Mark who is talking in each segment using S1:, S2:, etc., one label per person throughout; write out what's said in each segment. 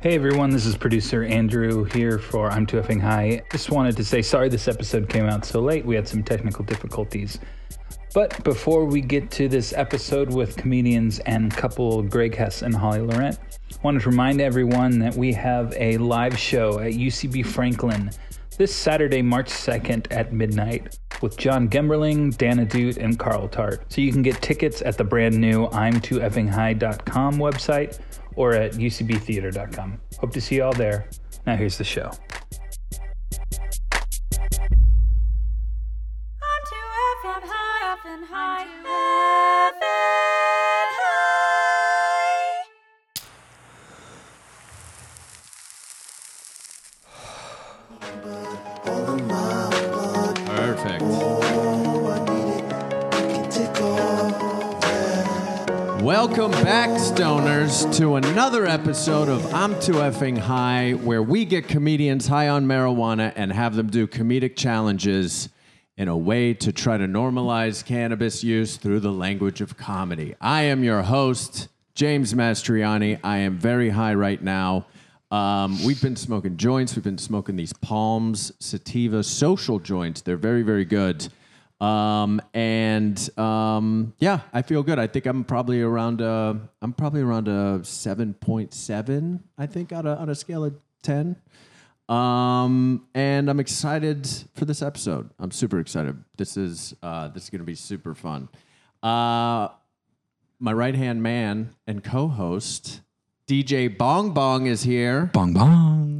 S1: Hey everyone, this is producer Andrew here for I'm Too Effing High. Just wanted to say sorry this episode came out so late. We had some technical difficulties. But before we get to this episode with comedians and couple Greg Hess and Holly Laurent, wanted to remind everyone that we have a live show at UCB Franklin this Saturday, March 2nd at midnight with John Gemberling, Dana Dute, and Carl Tart. So you can get tickets at the brand new I'm Too Effing High.com website or at ucbtheater.com. Hope to see you all there. Now here's the show.
S2: I'm too FM high, FM high, FM high.
S3: Perfect. Welcome back, stoners, to another episode of I'm Too Effing High, where we get comedians high on marijuana and have them do comedic challenges in a way to try to normalize cannabis use through the language of comedy. I am your host, James Mastriani. I am very high right now. Um, we've been smoking joints. We've been smoking these palms, sativa, social joints. They're very, very good. Um, and um, yeah, I feel good. I think I'm probably around a, I'm probably around a 7.7, I think, on a, on a scale of 10. Um, and I'm excited for this episode. I'm super excited. This is, uh, this is going to be super fun. Uh, my right hand man and co host, DJ Bong Bong, is here.
S4: Bong bong.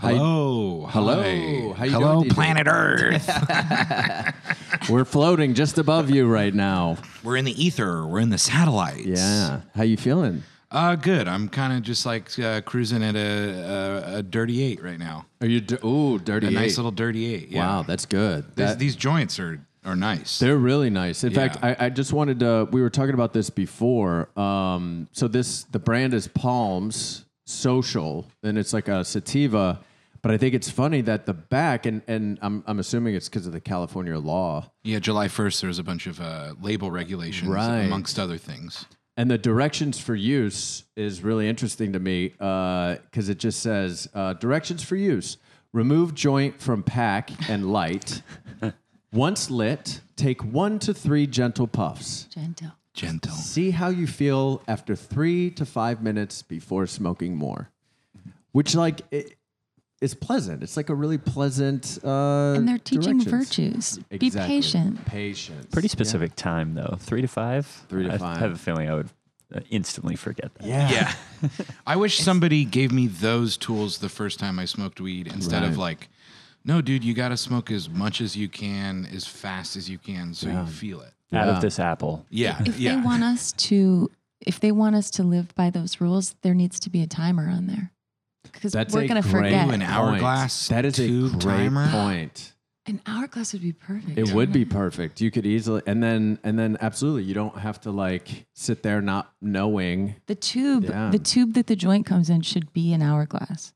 S3: Hello. Hello. How you
S4: Hello,
S3: doing, DJ?
S4: planet Earth.
S3: We're floating just above you right now.
S4: We're in the ether. We're in the satellites.
S3: Yeah. How you feeling?
S5: Uh, good. I'm kind of just like uh, cruising at a, a a dirty eight right now.
S3: Are you d- ooh dirty?
S5: A nice
S3: eight.
S5: little dirty eight. Yeah.
S3: Wow, that's good.
S5: These,
S3: That-
S5: these joints are are nice.
S3: They're really nice. In fact,
S5: Yeah.
S3: I, I just wanted to. We were talking about this before. Um, so this the brand is Palms Social, and it's like a sativa. But I think it's funny that the back, and and I'm I'm assuming it's because of the California law,
S5: yeah. July 1st, there was a bunch of uh, label regulations,
S3: Right.
S5: amongst other things.
S3: and the directions for use is really interesting to me because it just says uh, directions for use: remove joint from pack and light. Once lit, take one to three gentle puffs.
S6: Gentle.
S5: Gentle.
S3: See how you feel after three to five minutes before smoking more, which like it is pleasant. It's like a really pleasant. Uh,
S6: And they're teaching
S3: directions.
S6: virtues. Be
S3: Exactly.
S6: patient.
S3: Patient.
S7: Pretty specific time though, three to five.
S3: Three to
S7: I
S3: five.
S7: have a feeling I would uh, instantly forget that.
S3: Yeah.
S5: Yeah. I wish somebody gave me those tools the first time I smoked weed instead of
S3: Right.
S5: like, no, dude, you got to smoke as much as you can, as fast as you can, so you feel it.
S7: Out of this apple,
S5: Yeah.
S6: If
S5: yeah.
S6: they want us to, if they want us to live by those rules, there needs to be a timer on there. Because
S3: That's
S6: we're
S3: a
S6: going to
S3: great
S6: forget.
S5: Ooh, an
S3: point.
S5: hourglass
S3: That is a
S5: tube
S3: great
S5: timer.
S3: point.
S6: An hourglass would be perfect.
S3: It would be perfect. You could easily, and then and then absolutely, you don't have to like sit there not knowing.
S6: The tube,
S3: Yeah.
S6: the tube that the joint comes in should be an hourglass.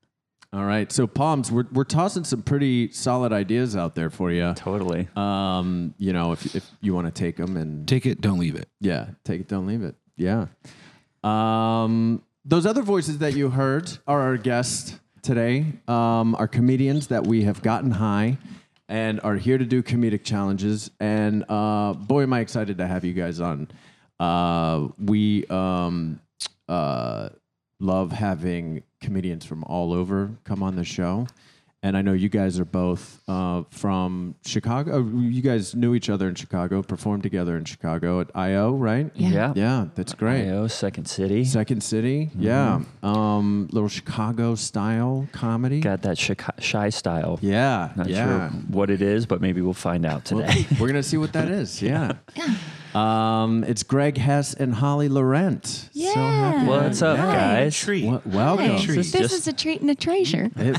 S3: All right, so palms, we're we're tossing some pretty solid ideas out there for you.
S7: totally.
S3: Um, you know, if if you want to take them and
S5: Take it, don't leave it.
S3: Yeah, take it, don't leave it. Yeah. Um, those other voices that you heard are our guests today, um, are comedians that we have gotten high and are here to do comedic challenges. And uh, boy, am I excited to have you guys on. Uh, we um, uh, love having comedians from all over come on the show. And I know you guys are both uh, from Chicago. Oh, You guys knew each other in Chicago, performed together in Chicago at IO, right?
S7: Yeah.
S3: Yeah, that's great.
S7: IO, Second City.
S3: Second City,
S7: Mm-hmm.
S3: yeah. Um, little Chicago style comedy.
S7: Got that Chica- shy style.
S3: yeah,
S7: Not
S3: yeah.
S7: sure what it is, but maybe we'll find out
S3: Well,
S7: today.
S3: we're gonna see what that is. Yeah. Um, it's Greg Hess and Holly Laurent. So happy.
S6: Yeah.
S7: What's up, guys?
S5: Treat.
S3: Wel- welcome.
S6: Hey,
S5: Treat.
S6: this
S7: Just-
S6: is a treat and a treasure.
S3: It-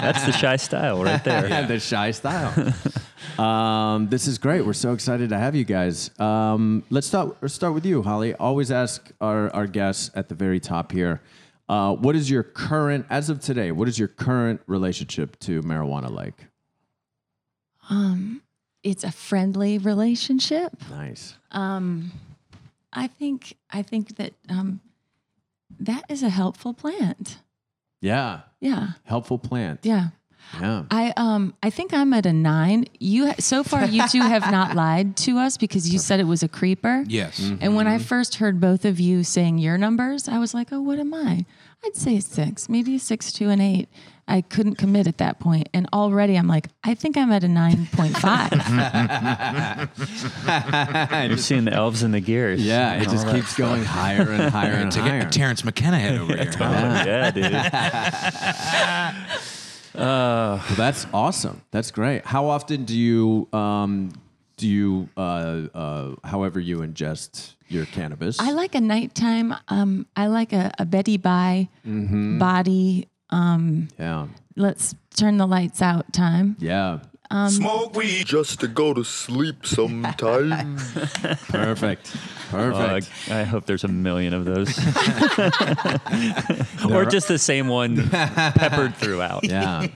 S7: That's the shy style right there.
S3: the shy style. um, this is great. We're so excited to have you guys. Um, let's start. Let's start with you, Holly. Always ask our our guests at the very top here. Uh, what is your current, as of today, what is your current relationship to marijuana like?
S6: Um, it's a friendly relationship.
S3: Nice.
S6: Um, I think I think that um, that is a helpful plant.
S3: Yeah.
S6: Yeah.
S3: Helpful plant.
S6: Yeah.
S3: Yeah.
S6: I um I think I'm at a nine. You so far you two have not lied to us because you said it was a creeper.
S5: Yes.
S3: Mm.
S6: And when I first heard both of you saying your numbers, I was like, oh, what am I? I'd say a six, maybe a six, two, and eight. I couldn't commit at that point, and already I'm like, I think I'm at a nine point five.
S7: You're seeing the elves and the gears.
S3: Yeah. It just keeps going higher and higher and
S5: To
S3: higher.
S5: get Terrence McKenna head over here.
S7: Oh, yeah, dude.
S3: Well, that's awesome. That's great. How often do you um, do you uh, uh, however you ingest your cannabis?
S6: I like a nighttime. Um, I like a, a Betty by body.
S3: yeah.
S6: Let's turn the lights out time.
S3: Yeah.
S8: Smoke weed just to go to sleep sometime.
S3: Perfect.
S7: Well,
S3: Perfect.
S7: I, I hope there's a million of those. or just the same one peppered throughout.
S3: yeah.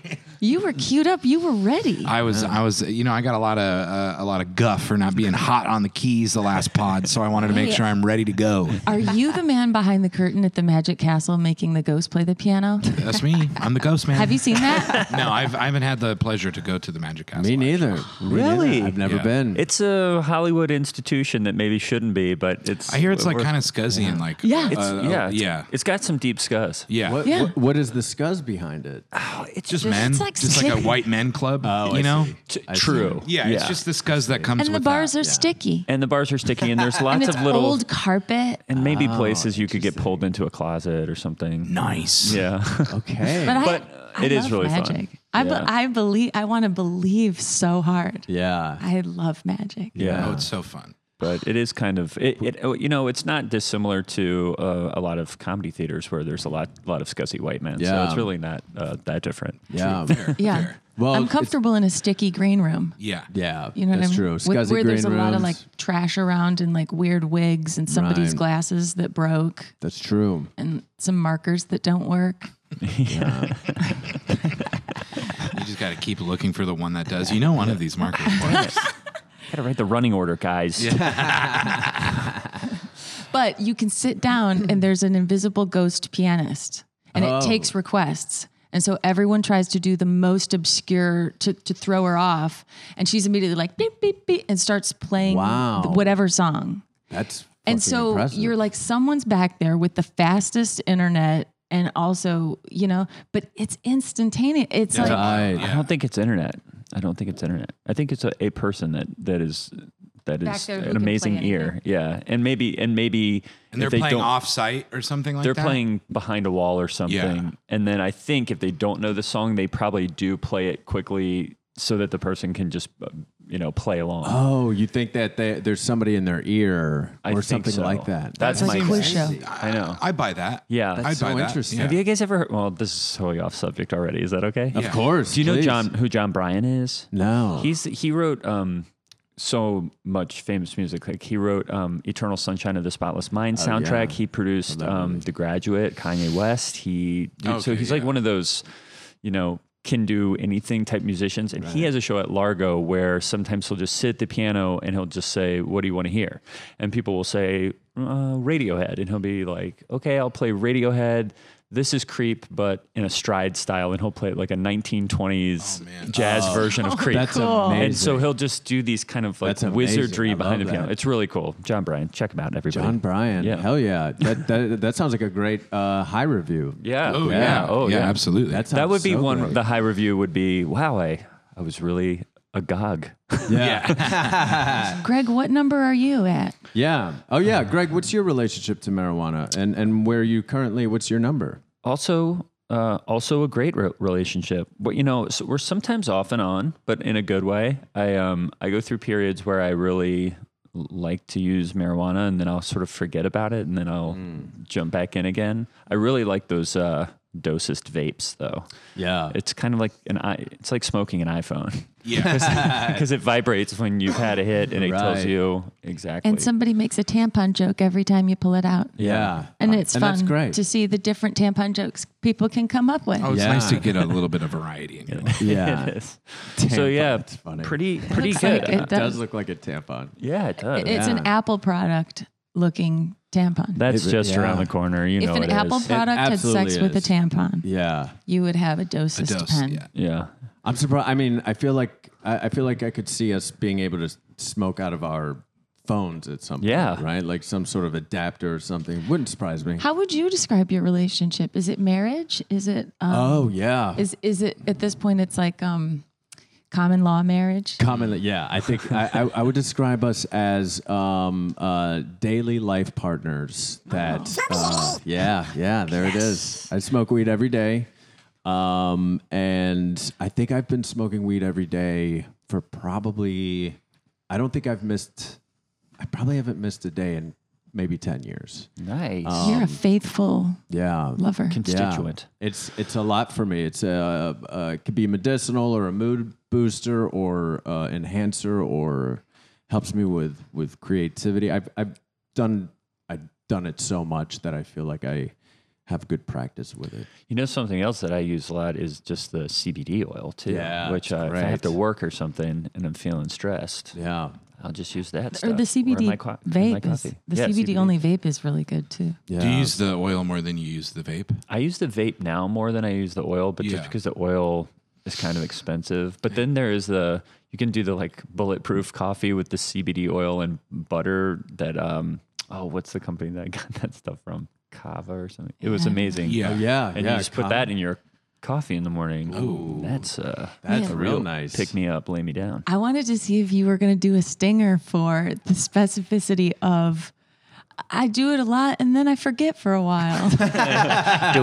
S6: You were queued up. You were ready.
S5: I was, I was, you know, I got a lot of uh, a lot of guff for not being hot on the keys the last pod, so I wanted to make sure I'm ready to go.
S6: Are you the man behind the curtain at the Magic Castle making the ghost play the piano?
S5: That's me. I'm the ghost man.
S6: Have you seen that?
S5: No, I've, I haven't had the pleasure to go to the Magic Castle.
S3: Me neither. Me neither.
S7: Really?
S3: I've never
S5: Yeah.
S3: been.
S7: It's a Hollywood institution that maybe shouldn't be, but it's.
S5: I hear it's like
S7: we're-
S5: kind of scuzzy and like
S6: Yeah.
S7: It's,
S5: uh,
S7: yeah, it's-
S5: yeah,
S7: It's got some deep scuzz.
S5: yeah.
S3: what,
S6: Yeah.
S3: what- what is the scuzz behind it?
S7: It's
S5: Just men,
S6: It's like
S5: just like a
S6: sticky.
S5: white men club.
S7: Oh,
S5: you know,
S7: true.
S5: yeah, It's just the scuzz that comes
S6: and the
S5: with
S6: bars
S5: that.
S6: are sticky.
S7: And the bars are sticky, and there's
S6: And
S7: lots
S6: it's
S7: of little.
S6: old carpet.
S7: and maybe
S5: Oh,
S7: places you could get pulled into a closet or something.
S5: nice.
S7: Yeah.
S3: Okay.
S6: But,
S7: But
S6: I,
S7: it
S6: I
S7: is
S6: love
S7: really fun.
S6: magic. I, be-
S7: Yeah.
S6: I believe. I want to believe so hard.
S3: yeah.
S6: I love magic.
S5: Oh,
S7: yeah.
S5: it's so fun.
S7: But it is kind of it, it oh, you know, it's not dissimilar to uh, a lot of comedy theaters where there's a lot lot of scuzzy white men. So
S3: Yeah.
S7: it's really not uh, that different.
S3: Yeah.
S6: Yeah.
S3: Well,
S6: I'm
S3: it's-
S6: comfortable in a sticky green room.
S5: Yeah,
S3: Yeah.
S6: You know
S3: that's
S6: what I
S3: true.
S6: mean?
S3: Scuzzy
S6: With- where there's a
S3: green
S6: lot of
S3: rooms.
S6: like trash around and like weird wigs and somebody's
S3: Right.
S6: glasses that broke
S3: That's true.
S6: and some markers that don't work.
S5: you just got to keep looking for the one that does. You know, one of these markers. works.
S7: Gotta write the running order, guys.
S6: But you can sit down and there's an invisible ghost pianist and it
S3: Oh.
S6: takes requests. And so everyone tries to do the most obscure to, to throw her off. And she's immediately like beep, beep, beep, and starts playing
S3: Wow.
S6: whatever song.
S3: That's fucking
S6: And so
S3: impressive.
S6: you're like, someone's back there with the fastest internet. And also, you know, but it's instantaneous. It's like,
S3: Right.
S7: I don't think it's internet. I don't think it's internet. I think it's a, a person that that is that
S6: Back
S7: is
S6: there who
S7: an
S6: can
S7: amazing
S6: play anything.
S7: ear. Yeah, and maybe and maybe
S5: And they're
S7: if they
S5: playing
S7: don't,
S5: off site or something like
S7: They're
S5: that.
S7: playing behind a wall or something. And then I think if they don't know the song, they probably do play it quickly so that the person can just uh, you know play along.
S3: Oh, you think that they, there's somebody in their ear
S7: I
S3: or
S7: think
S3: something
S7: so.
S3: like that?
S6: That's
S7: That's my
S6: like a quiz show.
S7: I know.
S5: I buy that.
S7: Yeah.
S5: I'd
S3: That's so
S5: buy that.
S3: interesting.
S5: Yeah.
S7: Have you guys ever heard? Well, this is totally off subject already. Is that okay?
S3: Of course.
S7: Do you know
S3: please.
S7: John who John Bryan is?
S3: No.
S7: He's he wrote um so much famous music. Like he wrote um Eternal Sunshine of the Spotless Mind soundtrack. He produced um The Graduate, Kanye West. He dude, so
S5: Okay,
S7: he's like one of those, you know, can do anything type musicians. And he has a show at Largo where sometimes he'll just sit at the piano and he'll just say, What do you want to hear? And people will say, uh, Radiohead. And he'll be like, Okay, I'll play Radiohead. This is creep, but in a stride style, and he'll play like a 1920s jazz version of creep.
S3: That's amazing.
S7: And so he'll just do these kind of like
S3: That's amazing. I
S7: wizardry
S3: love
S7: behind the piano.
S3: that.
S7: It's really cool. John Bryan, check him out, everybody.
S3: John Bryan.
S7: Yeah.
S3: Hell yeah. That, that, that sounds like a great uh, high review.
S7: Yeah.
S5: Oh yeah.
S7: Oh yeah.
S5: Absolutely.
S3: That,
S7: That
S3: sounds
S7: would be
S3: so
S7: one.
S3: great.
S7: The high review would be, wow, I, I was really agog.
S3: yeah. Uh,
S6: Greg, what number are you at?
S3: yeah. Oh, yeah. Greg, what's your relationship to marijuana and, and where are you currently? What's your number?
S7: also, uh, also a great re- relationship. But you know, so we're sometimes off and on, but in a good way. I um I go through periods where I really like to use marijuana, and then I'll sort of forget about it, and then I'll
S3: Hmm.
S7: jump back in again. I really like those uh, dosist vapes, though.
S3: Yeah.
S7: It's kind of like an i. It's like smoking an iPhone
S5: yeah.
S7: because it vibrates when you've had a hit, and it tells
S3: Right.
S7: you exactly.
S6: And somebody makes a tampon joke every time you pull it out.
S3: yeah. Uh,
S6: And it's
S3: and
S6: fun
S3: that's great.
S6: to see the different tampon jokes people can come up with.
S5: Oh, it's
S3: Yeah.
S5: nice to get a little bit of variety in your life.
S3: yeah.
S7: It is. So yeah,
S3: that's funny.
S7: pretty pretty
S6: looks
S7: good.
S6: like
S7: Uh,
S6: it
S3: Does
S6: does.
S3: look like a tampon.
S7: yeah, it does.
S6: It's an Apple product looking tampon.
S7: That's
S3: If it-
S7: just around
S3: yeah.
S7: the corner. You
S6: if
S7: know
S6: an
S7: it
S6: Apple
S7: is.
S6: product had
S3: absolutely
S6: sex with a
S3: is.
S6: tampon,
S3: Yeah.
S6: you would have a dosis
S5: dose,
S6: pen.
S5: yeah.
S7: yeah.
S3: I'm surprised. I mean, I feel like I, I feel like I could see us being able to s- smoke out of our phones at some point.
S7: Yeah.
S3: Right. Like some sort of adapter or something. Wouldn't surprise me.
S6: How would you describe your relationship? Is it marriage? Is it um,
S3: oh yeah.
S6: is is it at this point? It's like um, common law marriage.
S3: Commonly, yeah. I think I, I, I would describe us as um, uh, daily life partners. That uh, yeah, yeah. There it is. I smoke weed every day, um, and I think I've been smoking weed every day for probably. I don't think I've missed. I probably haven't missed a day in maybe ten years.
S7: Nice.
S6: You're a faithful
S3: Yeah.
S6: lover.
S7: Um, Constituent.
S3: Yeah. It's it's a lot for me. It's a uh, it could be medicinal or a mood booster or uh, enhancer or helps me with with creativity. I've I've done I've done it so much that I feel like I have good practice with it.
S7: You know something else that I use a lot is just the CBD oil too,
S3: Yeah,
S7: which
S3: that's
S7: uh, if I have
S3: great.
S7: to work or something and I'm feeling stressed,
S3: Yeah.
S7: I'll just use that
S6: Or
S7: stuff.
S6: the
S7: in
S6: CBD
S7: my co- in my
S6: vape. Is,
S7: coffee.
S6: the
S7: Yeah,
S6: CBD, only vape is really good too.
S3: Yeah.
S5: Do you use the oil more than you use the vape?
S7: I use the vape now more than I use the oil, but just
S5: Yeah.
S7: because the oil is kind of expensive. But then there is the you can do the like bulletproof coffee with the CBD oil and butter that um oh what's the company that I got that stuff from Kava or something. It was amazing.
S5: Yeah.
S3: Oh, yeah.
S7: and
S3: yeah,
S7: you just put
S3: com-
S7: that in your coffee in the morning. Ooh, that's uh
S3: That's
S6: Yeah.
S3: real nice.
S7: pick me up, lay me down.
S6: I wanted to see if you were going to do a stinger for the specificity of. I do it a lot, and then I forget for a while.
S7: do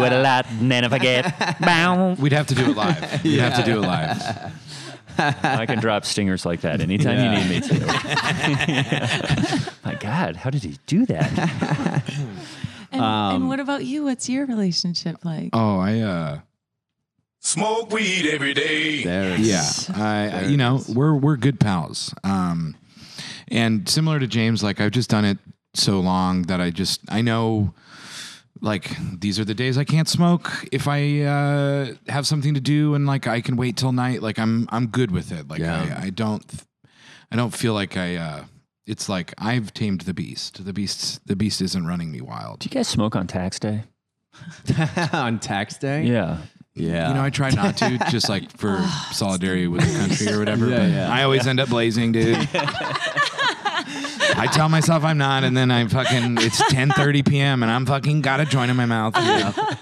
S7: it a lot, and then if I get bow,
S5: We'd have to do it live. We'd have to do it live.
S7: I can drop stingers like that anytime
S3: Yeah.
S7: you need me to. My God, how did he do that?
S6: And, and what about you? What's your relationship like?
S5: Um, Oh, I uh
S8: Smoke weed every day.
S3: There it is.
S5: yeah. I, I you know, we're we're good pals. Um and similar to James, like I've just done it so long that I just I know like these are the days I can't smoke. If I uh, have something to do and like I can wait till night, like I'm I'm good with it. Like
S3: Yeah.
S5: I, I don't I don't feel like I uh it's like I've tamed the beast. The beast's the beast isn't running me wild.
S7: Do you guys smoke on tax day?
S3: On tax day.
S7: Yeah.
S3: Yeah.
S5: You know, I try not to, just like for
S6: Oh,
S5: solidarity with the country or whatever.
S3: Yeah,
S5: but
S3: yeah.
S5: I always end up blazing, dude. I tell myself I'm not, and then I fucking it's 10:30 p.m. and I'm fucking got a joint in my mouth.
S6: Uh-huh.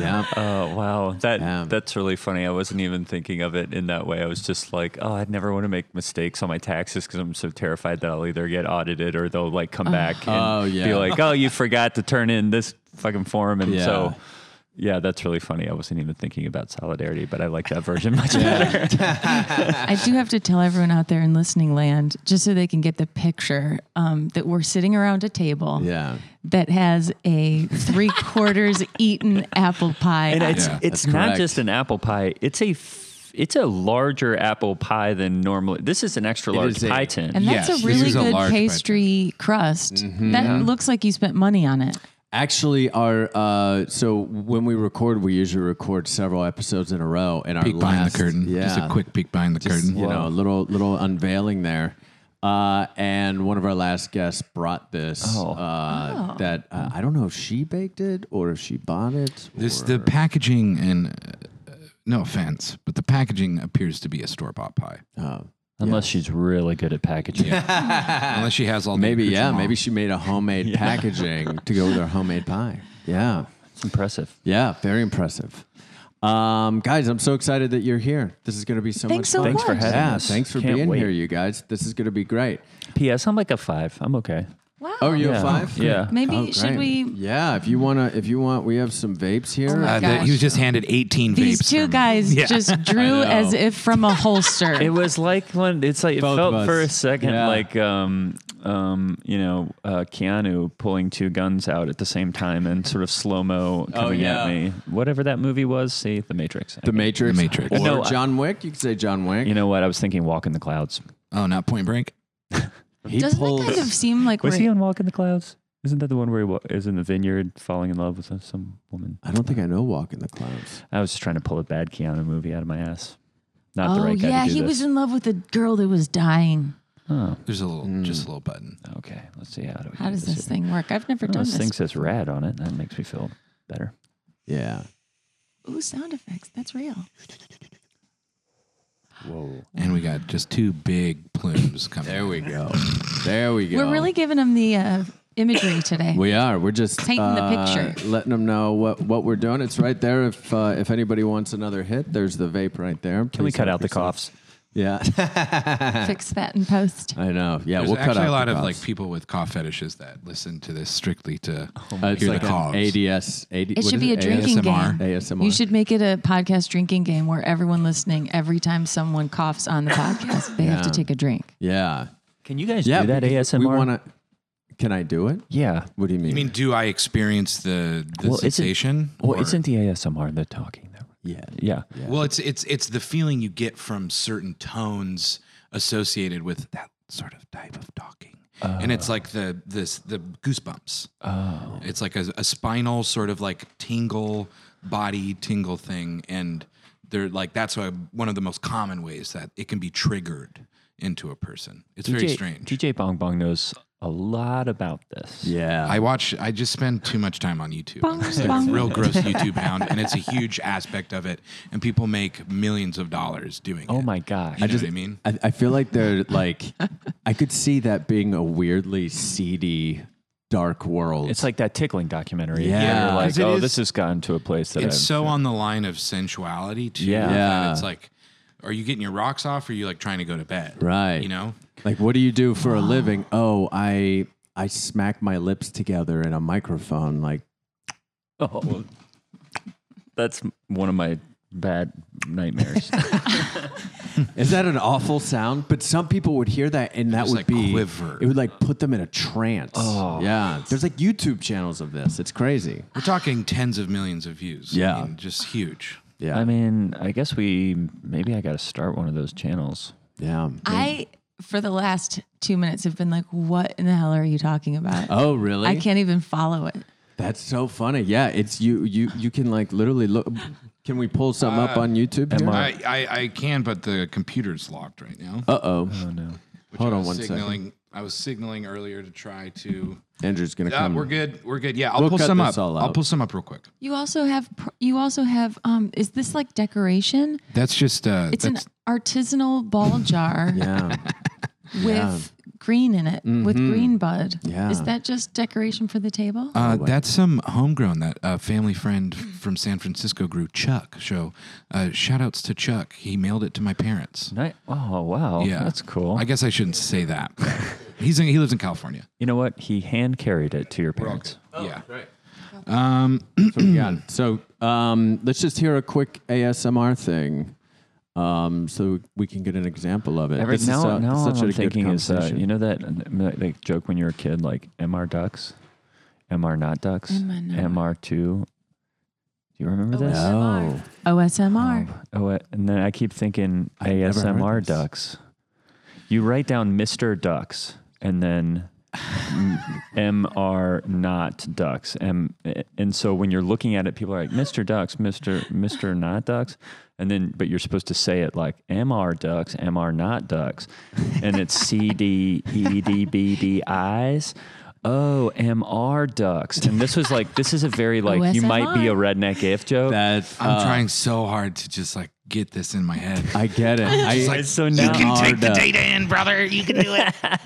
S3: yeah.
S7: Oh wow, that
S3: Yeah.
S7: that's really funny. I wasn't even thinking of it in that way. I was just like, oh, I'd never want to make mistakes on my taxes because I'm so terrified that I'll either get audited or they'll like come back and
S3: Oh, yeah.
S7: be like, oh, you forgot to turn in this fucking form, and
S3: Yeah.
S7: so. Yeah, that's really funny. I wasn't even thinking about solidarity, but I like that version much better.
S6: I do have to tell everyone out there in listening land, just so they can get the picture, um, that we're sitting around a table
S3: Yeah.
S6: that has a three quarters eaten apple pie.
S7: And it's
S5: Yeah,
S7: it's not
S3: correct.
S7: just an apple pie. It's a f- it's a larger apple pie than normally. This is an extra large
S3: is a-
S7: pie tin.
S6: And
S5: Yes,
S6: that's a
S5: this
S6: really
S5: is a
S6: good
S5: large Mm-hmm.
S6: pastry crust. That looks like you spent money on it.
S3: Actually, our uh, so when we record, we usually record several episodes in a row. And our
S5: peek behind
S3: last,
S5: the curtain.
S3: yeah,
S5: Just a quick peek behind the
S3: just,
S5: curtain.
S3: you know, a little little unveiling there. Uh, and one of our last guests brought this.
S7: Oh.
S3: Uh,
S6: Oh.
S3: That uh, I don't know if she baked it or if she bought it.
S5: This
S3: or-
S5: the packaging and uh, no offense, but the packaging appears to be a store bought pie.
S7: Unless she's really good at packaging.
S5: Unless she has all the
S3: Ah. maybe yeah,
S5: accoutrement.
S3: maybe she made a homemade packaging to go with her homemade pie. Yeah,
S7: It's impressive.
S3: yeah, very impressive. Um, guys, I'm so excited that you're here. This is going to be so much
S6: Thanks so
S3: fun.
S7: Thanks for
S6: much.
S7: having
S3: yeah,
S7: us.
S3: thanks for
S7: Can't
S3: being
S7: wait.
S3: here, you guys. This is going to be great.
S7: P.S. I'm like a five. I'm okay.
S6: Wow.
S3: Oh, you
S7: Yeah.
S3: a five?
S7: Yeah.
S6: Maybe
S3: Oh,
S6: should
S3: great.
S6: we? Oh
S3: Yeah, if you wanna, if you want, we have some vapes here.
S6: my
S5: Uh, the- he
S6: Gosh.
S5: was just handed 18
S6: These
S5: vapes.
S6: two
S5: from-
S6: guys
S5: Yeah.
S6: just drew
S3: know.
S6: as if from a
S7: It
S6: holster.
S7: was like when it's like it
S3: Both of
S7: felt
S3: us.
S7: for a second
S3: Yeah.
S7: like um um you know uh, Keanu pulling two guns out at the same time and sort of slow mo coming
S3: yeah.
S7: at me. Whatever that movie was, see Oh, The Matrix.
S3: the Matrix,
S5: The Matrix.
S3: or
S7: No, I-
S3: John Wick. You could say John Wick.
S7: you know what? I was thinking Walk in the Clouds.
S5: Oh, not Point Break.
S3: he
S6: Doesn't
S3: pulls.
S6: it kind of seem like
S7: Was
S6: we're
S7: he on Walk in the Clouds? Isn't that the one where he wa- is in the vineyard falling in love with some woman?
S3: I don't think I know Walk in the Clouds.
S7: I was just trying to pull a bad Keanu movie out of my ass. Not
S6: oh
S7: the right guy
S6: yeah,
S7: to do
S6: he
S7: this. Oh,
S6: was in love with a girl that was dying.
S5: There's a little, just
S3: Mm.
S5: a little button.
S7: Okay, let's see how do we.
S6: How
S7: do
S6: does
S7: this?
S6: this thing work? I've never
S7: Oh,
S6: done
S7: this thing
S6: this.
S7: says rad on it. That makes me feel better.
S3: Yeah.
S6: Ooh, sound effects. That's real.
S7: Whoa.
S5: And we got just two big plumes coming.
S3: There we go. There we go.
S6: We're really giving them the uh, imagery today.
S3: We are. We're just
S6: Painting the
S3: uh,
S6: picture.
S3: letting them know what, what we're doing. It's right there. If uh, if anybody wants another hit, there's the vape right there.
S7: Can we cut out the coughs?
S3: Yeah,
S6: Fix that in post.
S3: I know. Yeah,
S5: There's
S3: we'll
S5: actually
S3: cut out
S5: a lot
S3: the
S5: of
S3: coughs.
S5: like people with cough fetishes that listen to this strictly to
S3: Uh, it's
S5: hear
S3: like
S5: the coughs.
S3: an ADS. AD,
S6: It should be a drinking
S5: ASMR.
S6: game.
S3: ASMR.
S6: You should make it a podcast drinking game where everyone listening, every time someone coughs on the podcast, they have to
S3: Yeah.
S6: take a drink.
S3: Yeah.
S7: Can you guys
S3: Yeah.
S7: do that
S3: because
S7: ASMR?
S3: We want to. Can I do it?
S7: yeah.
S3: What do you mean?
S5: You mean, do I experience the, the
S7: Well, isn't-
S5: sensation?
S7: Well,
S5: Or-
S7: isn't the ASMR the talking?
S3: yeah.
S7: Yeah.
S5: Well, it's it's it's the feeling you get from certain tones associated with that sort of type of talking, and it's like the this the goosebumps. Oh. It's like a, a spinal sort of like tingle, body tingle thing, and they're like that's a, one of the most common ways that it can be triggered into a person. It's very
S7: DJ
S5: strange.
S7: DJ Bong Bong knows a lot about this.
S3: Yeah.
S5: I watch. I just spend too much time on YouTube. I'm just like
S6: bong.
S5: a real gross YouTube hound, and it's a huge aspect of it. And people make millions of dollars doing it.
S7: Oh my gosh.
S5: You know what I mean?
S3: I, I feel like they're like. I could see that being a weirdly seedy, dark world.
S7: It's like that tickling documentary.
S3: Yeah.
S7: Yeah.
S3: Yeah,
S7: You're like,
S5: 'cause it
S7: oh,
S5: is-
S7: this has gotten to a place that
S5: It's
S7: I've-
S5: so on the line of sensuality too.
S7: Yeah.
S5: that
S3: Yeah.
S5: It's like, are you getting your rocks off? Or are you like trying to go to bed?
S3: Right.
S5: You know.
S3: Like, what do you do for a living? Oh, I I smack my lips together in a microphone. Like,
S7: Oh, that's one of my bad nightmares.
S3: is that an awful sound? But some people would hear that, and that
S5: Just,
S3: would
S5: like,
S3: be
S5: quiver.
S3: It would like put them in a trance. Oh, yeah. There's like YouTube channels of this. It's crazy.
S5: We're talking tens of millions of views. I
S3: Yeah.
S5: mean, just huge.
S3: Yeah.
S7: I mean, I guess we maybe I got to start one of those channels.
S3: yeah.
S6: I, for the last two minutes, have been like, what in the hell are you talking about?
S3: oh, really?
S6: I can't even follow it.
S3: That's so funny. Yeah, it's you. You you can like literally look. Can we pull some up on YouTube? Here?
S5: I, I I can, but the computer's locked right now.
S3: Uh oh.
S5: which
S3: hold
S5: I
S3: on
S5: was
S3: one second.
S5: signaling, I was signaling earlier to try to.
S3: Andrew's gonna
S5: Ah,
S3: come.
S5: we're good. We're good. Yeah, I'll
S3: We'll
S5: pull
S3: cut
S5: some
S3: this
S5: up.
S3: all
S5: I'll
S3: out.
S5: pull some up real quick.
S6: You also have, pr- you also have, um, is this like decoration?
S5: That's just uh,
S6: It's an
S5: that's,
S6: artisanal ball jar
S3: Yeah.
S6: with green in it, with green bud.
S3: Yeah.
S6: Is that just decoration for the table?
S5: uh, that's some homegrown that a family friend from San Francisco grew. Chuck, show uh, shout outs to Chuck. He mailed it to my parents.
S7: Night. Oh wow.
S5: Yeah,
S7: that's cool.
S5: I guess I shouldn't say that. but He's in, he lives in California.
S7: you know what? He hand carried it to your parents.
S5: yeah,
S3: Yeah. So um, let's just hear a quick ASMR thing, um, so we can get an example of it.
S7: Every,
S3: This is
S7: now,
S3: so-
S7: now all
S3: such
S7: I'm
S3: a good
S7: thinking is, uh,
S3: conversation.
S7: you know that like, joke when you were a kid, like MR ducks, MR not ducks,
S6: MR not.
S7: MR two. Do you remember this?
S3: Oh,
S6: OSMR.
S7: Oh, uh, and then I keep thinking
S3: I've never heard
S7: ASMR
S3: this.
S7: ducks. You write down Mr. Ducks and then M- MR not ducks. M- and so when you're looking at it, people are like, Mr. Ducks, Mr. Mr. Not ducks. And then, but you're supposed to say it like MR ducks, MR not ducks. And it's C, D, E, D, B, D, I's. Oh, MR ducks. And this was like, this is a very like, you might be a redneck if joke.
S3: that uh,
S5: I'm
S7: Uh,
S5: trying so hard to just like get this in my head.
S3: I get it. I,
S7: so now
S3: take the data in, brother. You can do it.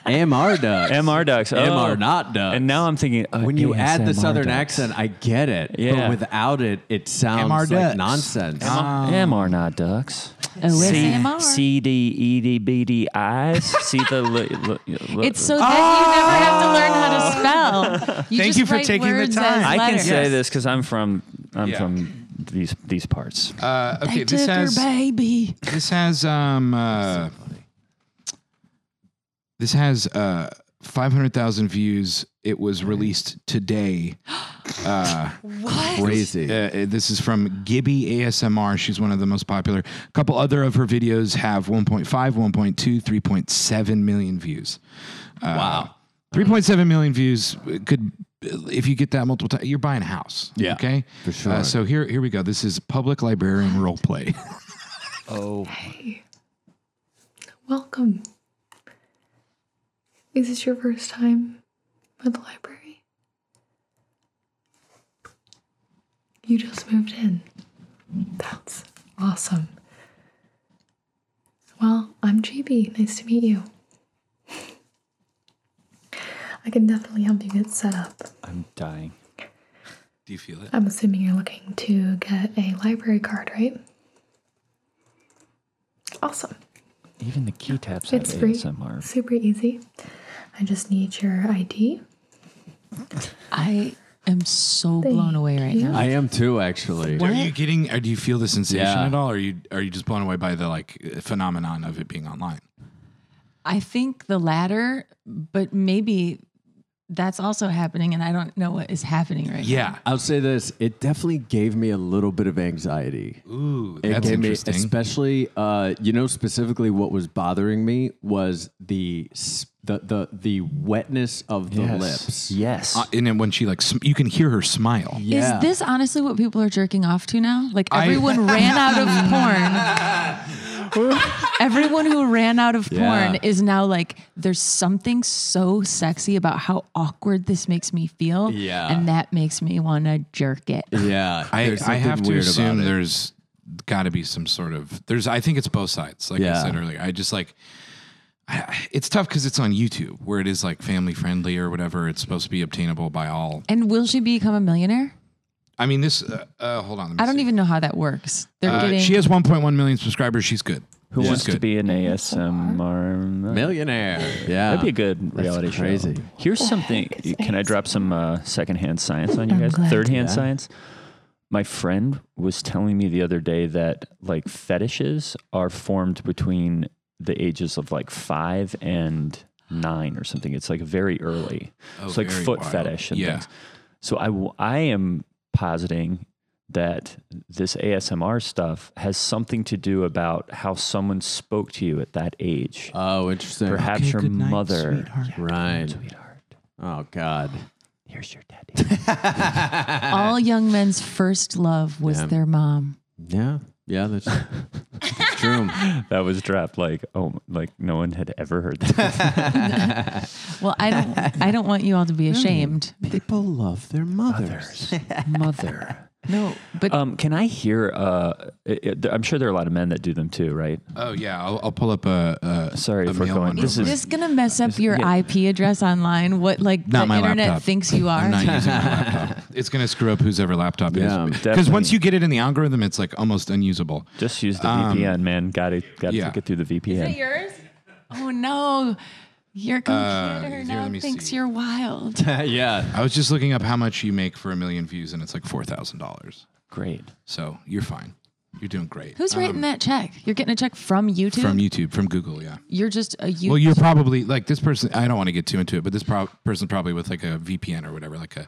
S3: MR ducks.
S7: MR ducks. Oh.
S3: MR not ducks.
S7: And now I'm thinking oh,
S3: when you add the
S7: ASMR
S3: southern
S7: ducks.
S3: accent, I get it.
S7: Yeah.
S3: But without it, it sounds
S5: MR
S3: like
S5: ducks.
S3: nonsense.
S7: MR not ducks. C-
S6: OSMR.
S7: C D E D B D I's. See the. Li- li- li-
S6: It's so that you never have to learn how to spell. You
S5: Thank
S6: just
S5: you for
S6: write
S5: taking the
S6: words
S5: time.
S6: as
S7: I can
S6: letters.
S7: say this because I'm from. I'm
S5: Yeah.
S7: from these these parts.
S5: Uh, okay,
S6: I
S5: this
S6: took her
S5: has
S6: baby.
S5: this has um uh, this has uh 500,000 views. It was released today.
S3: Crazy.
S5: Uh, this is from Gibby ASMR. She's one of the most popular. A couple other of her videos have 1.5, 1.2, 3.7 million views. Uh,
S3: Wow.
S5: 3.7 million views could, if you get that multiple times, you're buying a house.
S3: Yeah,
S5: Okay.
S3: for sure.
S5: Uh, so here, here we go. This is public librarian role play.
S3: Oh,
S9: Welcome. Is this your first time at the library? You just moved in. That's awesome. Well, I'm GB. Nice to meet you. I can definitely help you get set up.
S7: I'm dying.
S5: Do you feel it?
S9: I'm assuming you're looking to get a library card, right? Awesome.
S7: Even the key taps have
S9: It's free.
S7: ASMR.
S9: Super easy. I just need your ID.
S6: I am so
S9: Thank
S6: blown away right
S9: you.
S6: now.
S3: I am too, actually.
S5: Are you getting? Or do you feel the sensation
S3: Yeah.
S5: at all? Or are you are you just blown away by the like phenomenon of it being online?
S6: I think the latter, but maybe that's also happening, and I don't know what is happening right
S5: Yeah.
S3: I'll say this: it definitely gave me a little bit of anxiety.
S5: Ooh,
S3: It
S5: that's
S3: gave me,
S5: interesting.
S3: especially, uh, you know, specifically what was bothering me was the s- the the, the wetness of the lips.
S7: Yes.
S5: Uh, and then when she like, sm- you can hear her smile.
S6: now. Is this honestly what people are jerking off to now? Like everyone ran out of porn. everyone who ran out of
S3: Yeah.
S6: porn is now like, there's something so sexy about how awkward this makes me feel.
S3: Yeah.
S6: And that makes me want to jerk it.
S3: Yeah,
S5: I,
S3: there's
S5: I
S3: something
S5: have to
S3: weird about
S5: assume
S3: it.
S5: there's got to be some sort of there's. I think it's both sides. Like
S3: Yeah.
S5: I said earlier, I just like I, it's tough because it's on YouTube where it is like family friendly or whatever. It's supposed to be obtainable by all.
S6: And will she become a millionaire?
S5: I mean, this. Uh, uh, hold on. let me
S6: I don't
S5: see.
S6: even know how that works. They're
S5: Uh,
S6: getting.
S5: she has 1.1 million subscribers. She's good.
S7: Who
S5: She's
S7: wants
S5: good.
S7: to be an ASMR?
S3: millionaire. Yeah,
S7: That'd be a good reality show.
S3: crazy.
S7: Uh, Here's something.
S9: is
S7: Can I drop some uh, secondhand science on you
S6: Oh, I'm
S7: guys?
S6: glad.
S7: Third hand science. My friend was telling me the other day that like fetishes are formed between the ages of like five and nine or something. It's like very early.
S5: Oh,
S7: it's like
S5: very
S7: foot
S5: wild.
S7: fetish and
S5: Yeah.
S7: things. So I, w- I am positing that this ASMR stuff has something to do about how someone spoke to you at that age.
S3: Oh, interesting.
S7: Perhaps your mother.
S3: Right.
S7: Sweetheart,
S3: Oh God.
S7: here's your daddy.
S6: all young men's first love was their mom.
S3: Yeah. Yeah. That's, that's true.
S7: that was dropped like oh like no one had ever heard that.
S6: Well, I don't I don't want you all to be ashamed.
S3: People love their mothers.
S7: Mother.
S6: No, but
S7: Um, can I hear? Uh, it, it- I'm sure there are a lot of men that do them too, right?
S5: Oh yeah, I'll, I'll pull up a. a
S7: Sorry
S5: a
S7: if we're
S5: male
S7: going-
S5: one
S7: this
S5: real
S7: is-
S6: this is gonna mess up your
S7: yeah.
S6: IP address online. What like
S5: Not
S6: the
S5: my
S6: internet
S5: laptop.
S6: thinks you
S5: I'm
S6: are.
S5: not using my laptop. It's gonna screw up whose ever laptop it
S3: Yeah,
S5: is. Because once you get it in the algorithm, it's like almost unusable.
S7: Just use the VPN, man. Got to got to
S5: yeah.
S7: get through the VPN.
S6: yours? Oh no. Your computer
S5: Uh, here,
S6: now
S5: let me
S6: thinks
S5: see.
S6: you're wild.
S3: yeah.
S5: I was just looking up how much you make for a million views, and it's like four thousand dollars.
S7: Great.
S5: So you're fine. You're doing great.
S6: Who's writing that check? You're getting a check from YouTube.
S5: Um, From YouTube, from Google, yeah.
S6: you're just a you.
S5: Well, you're probably like this person. I don't want to get too into it, but this pro- person probably with like a VPN or whatever, like a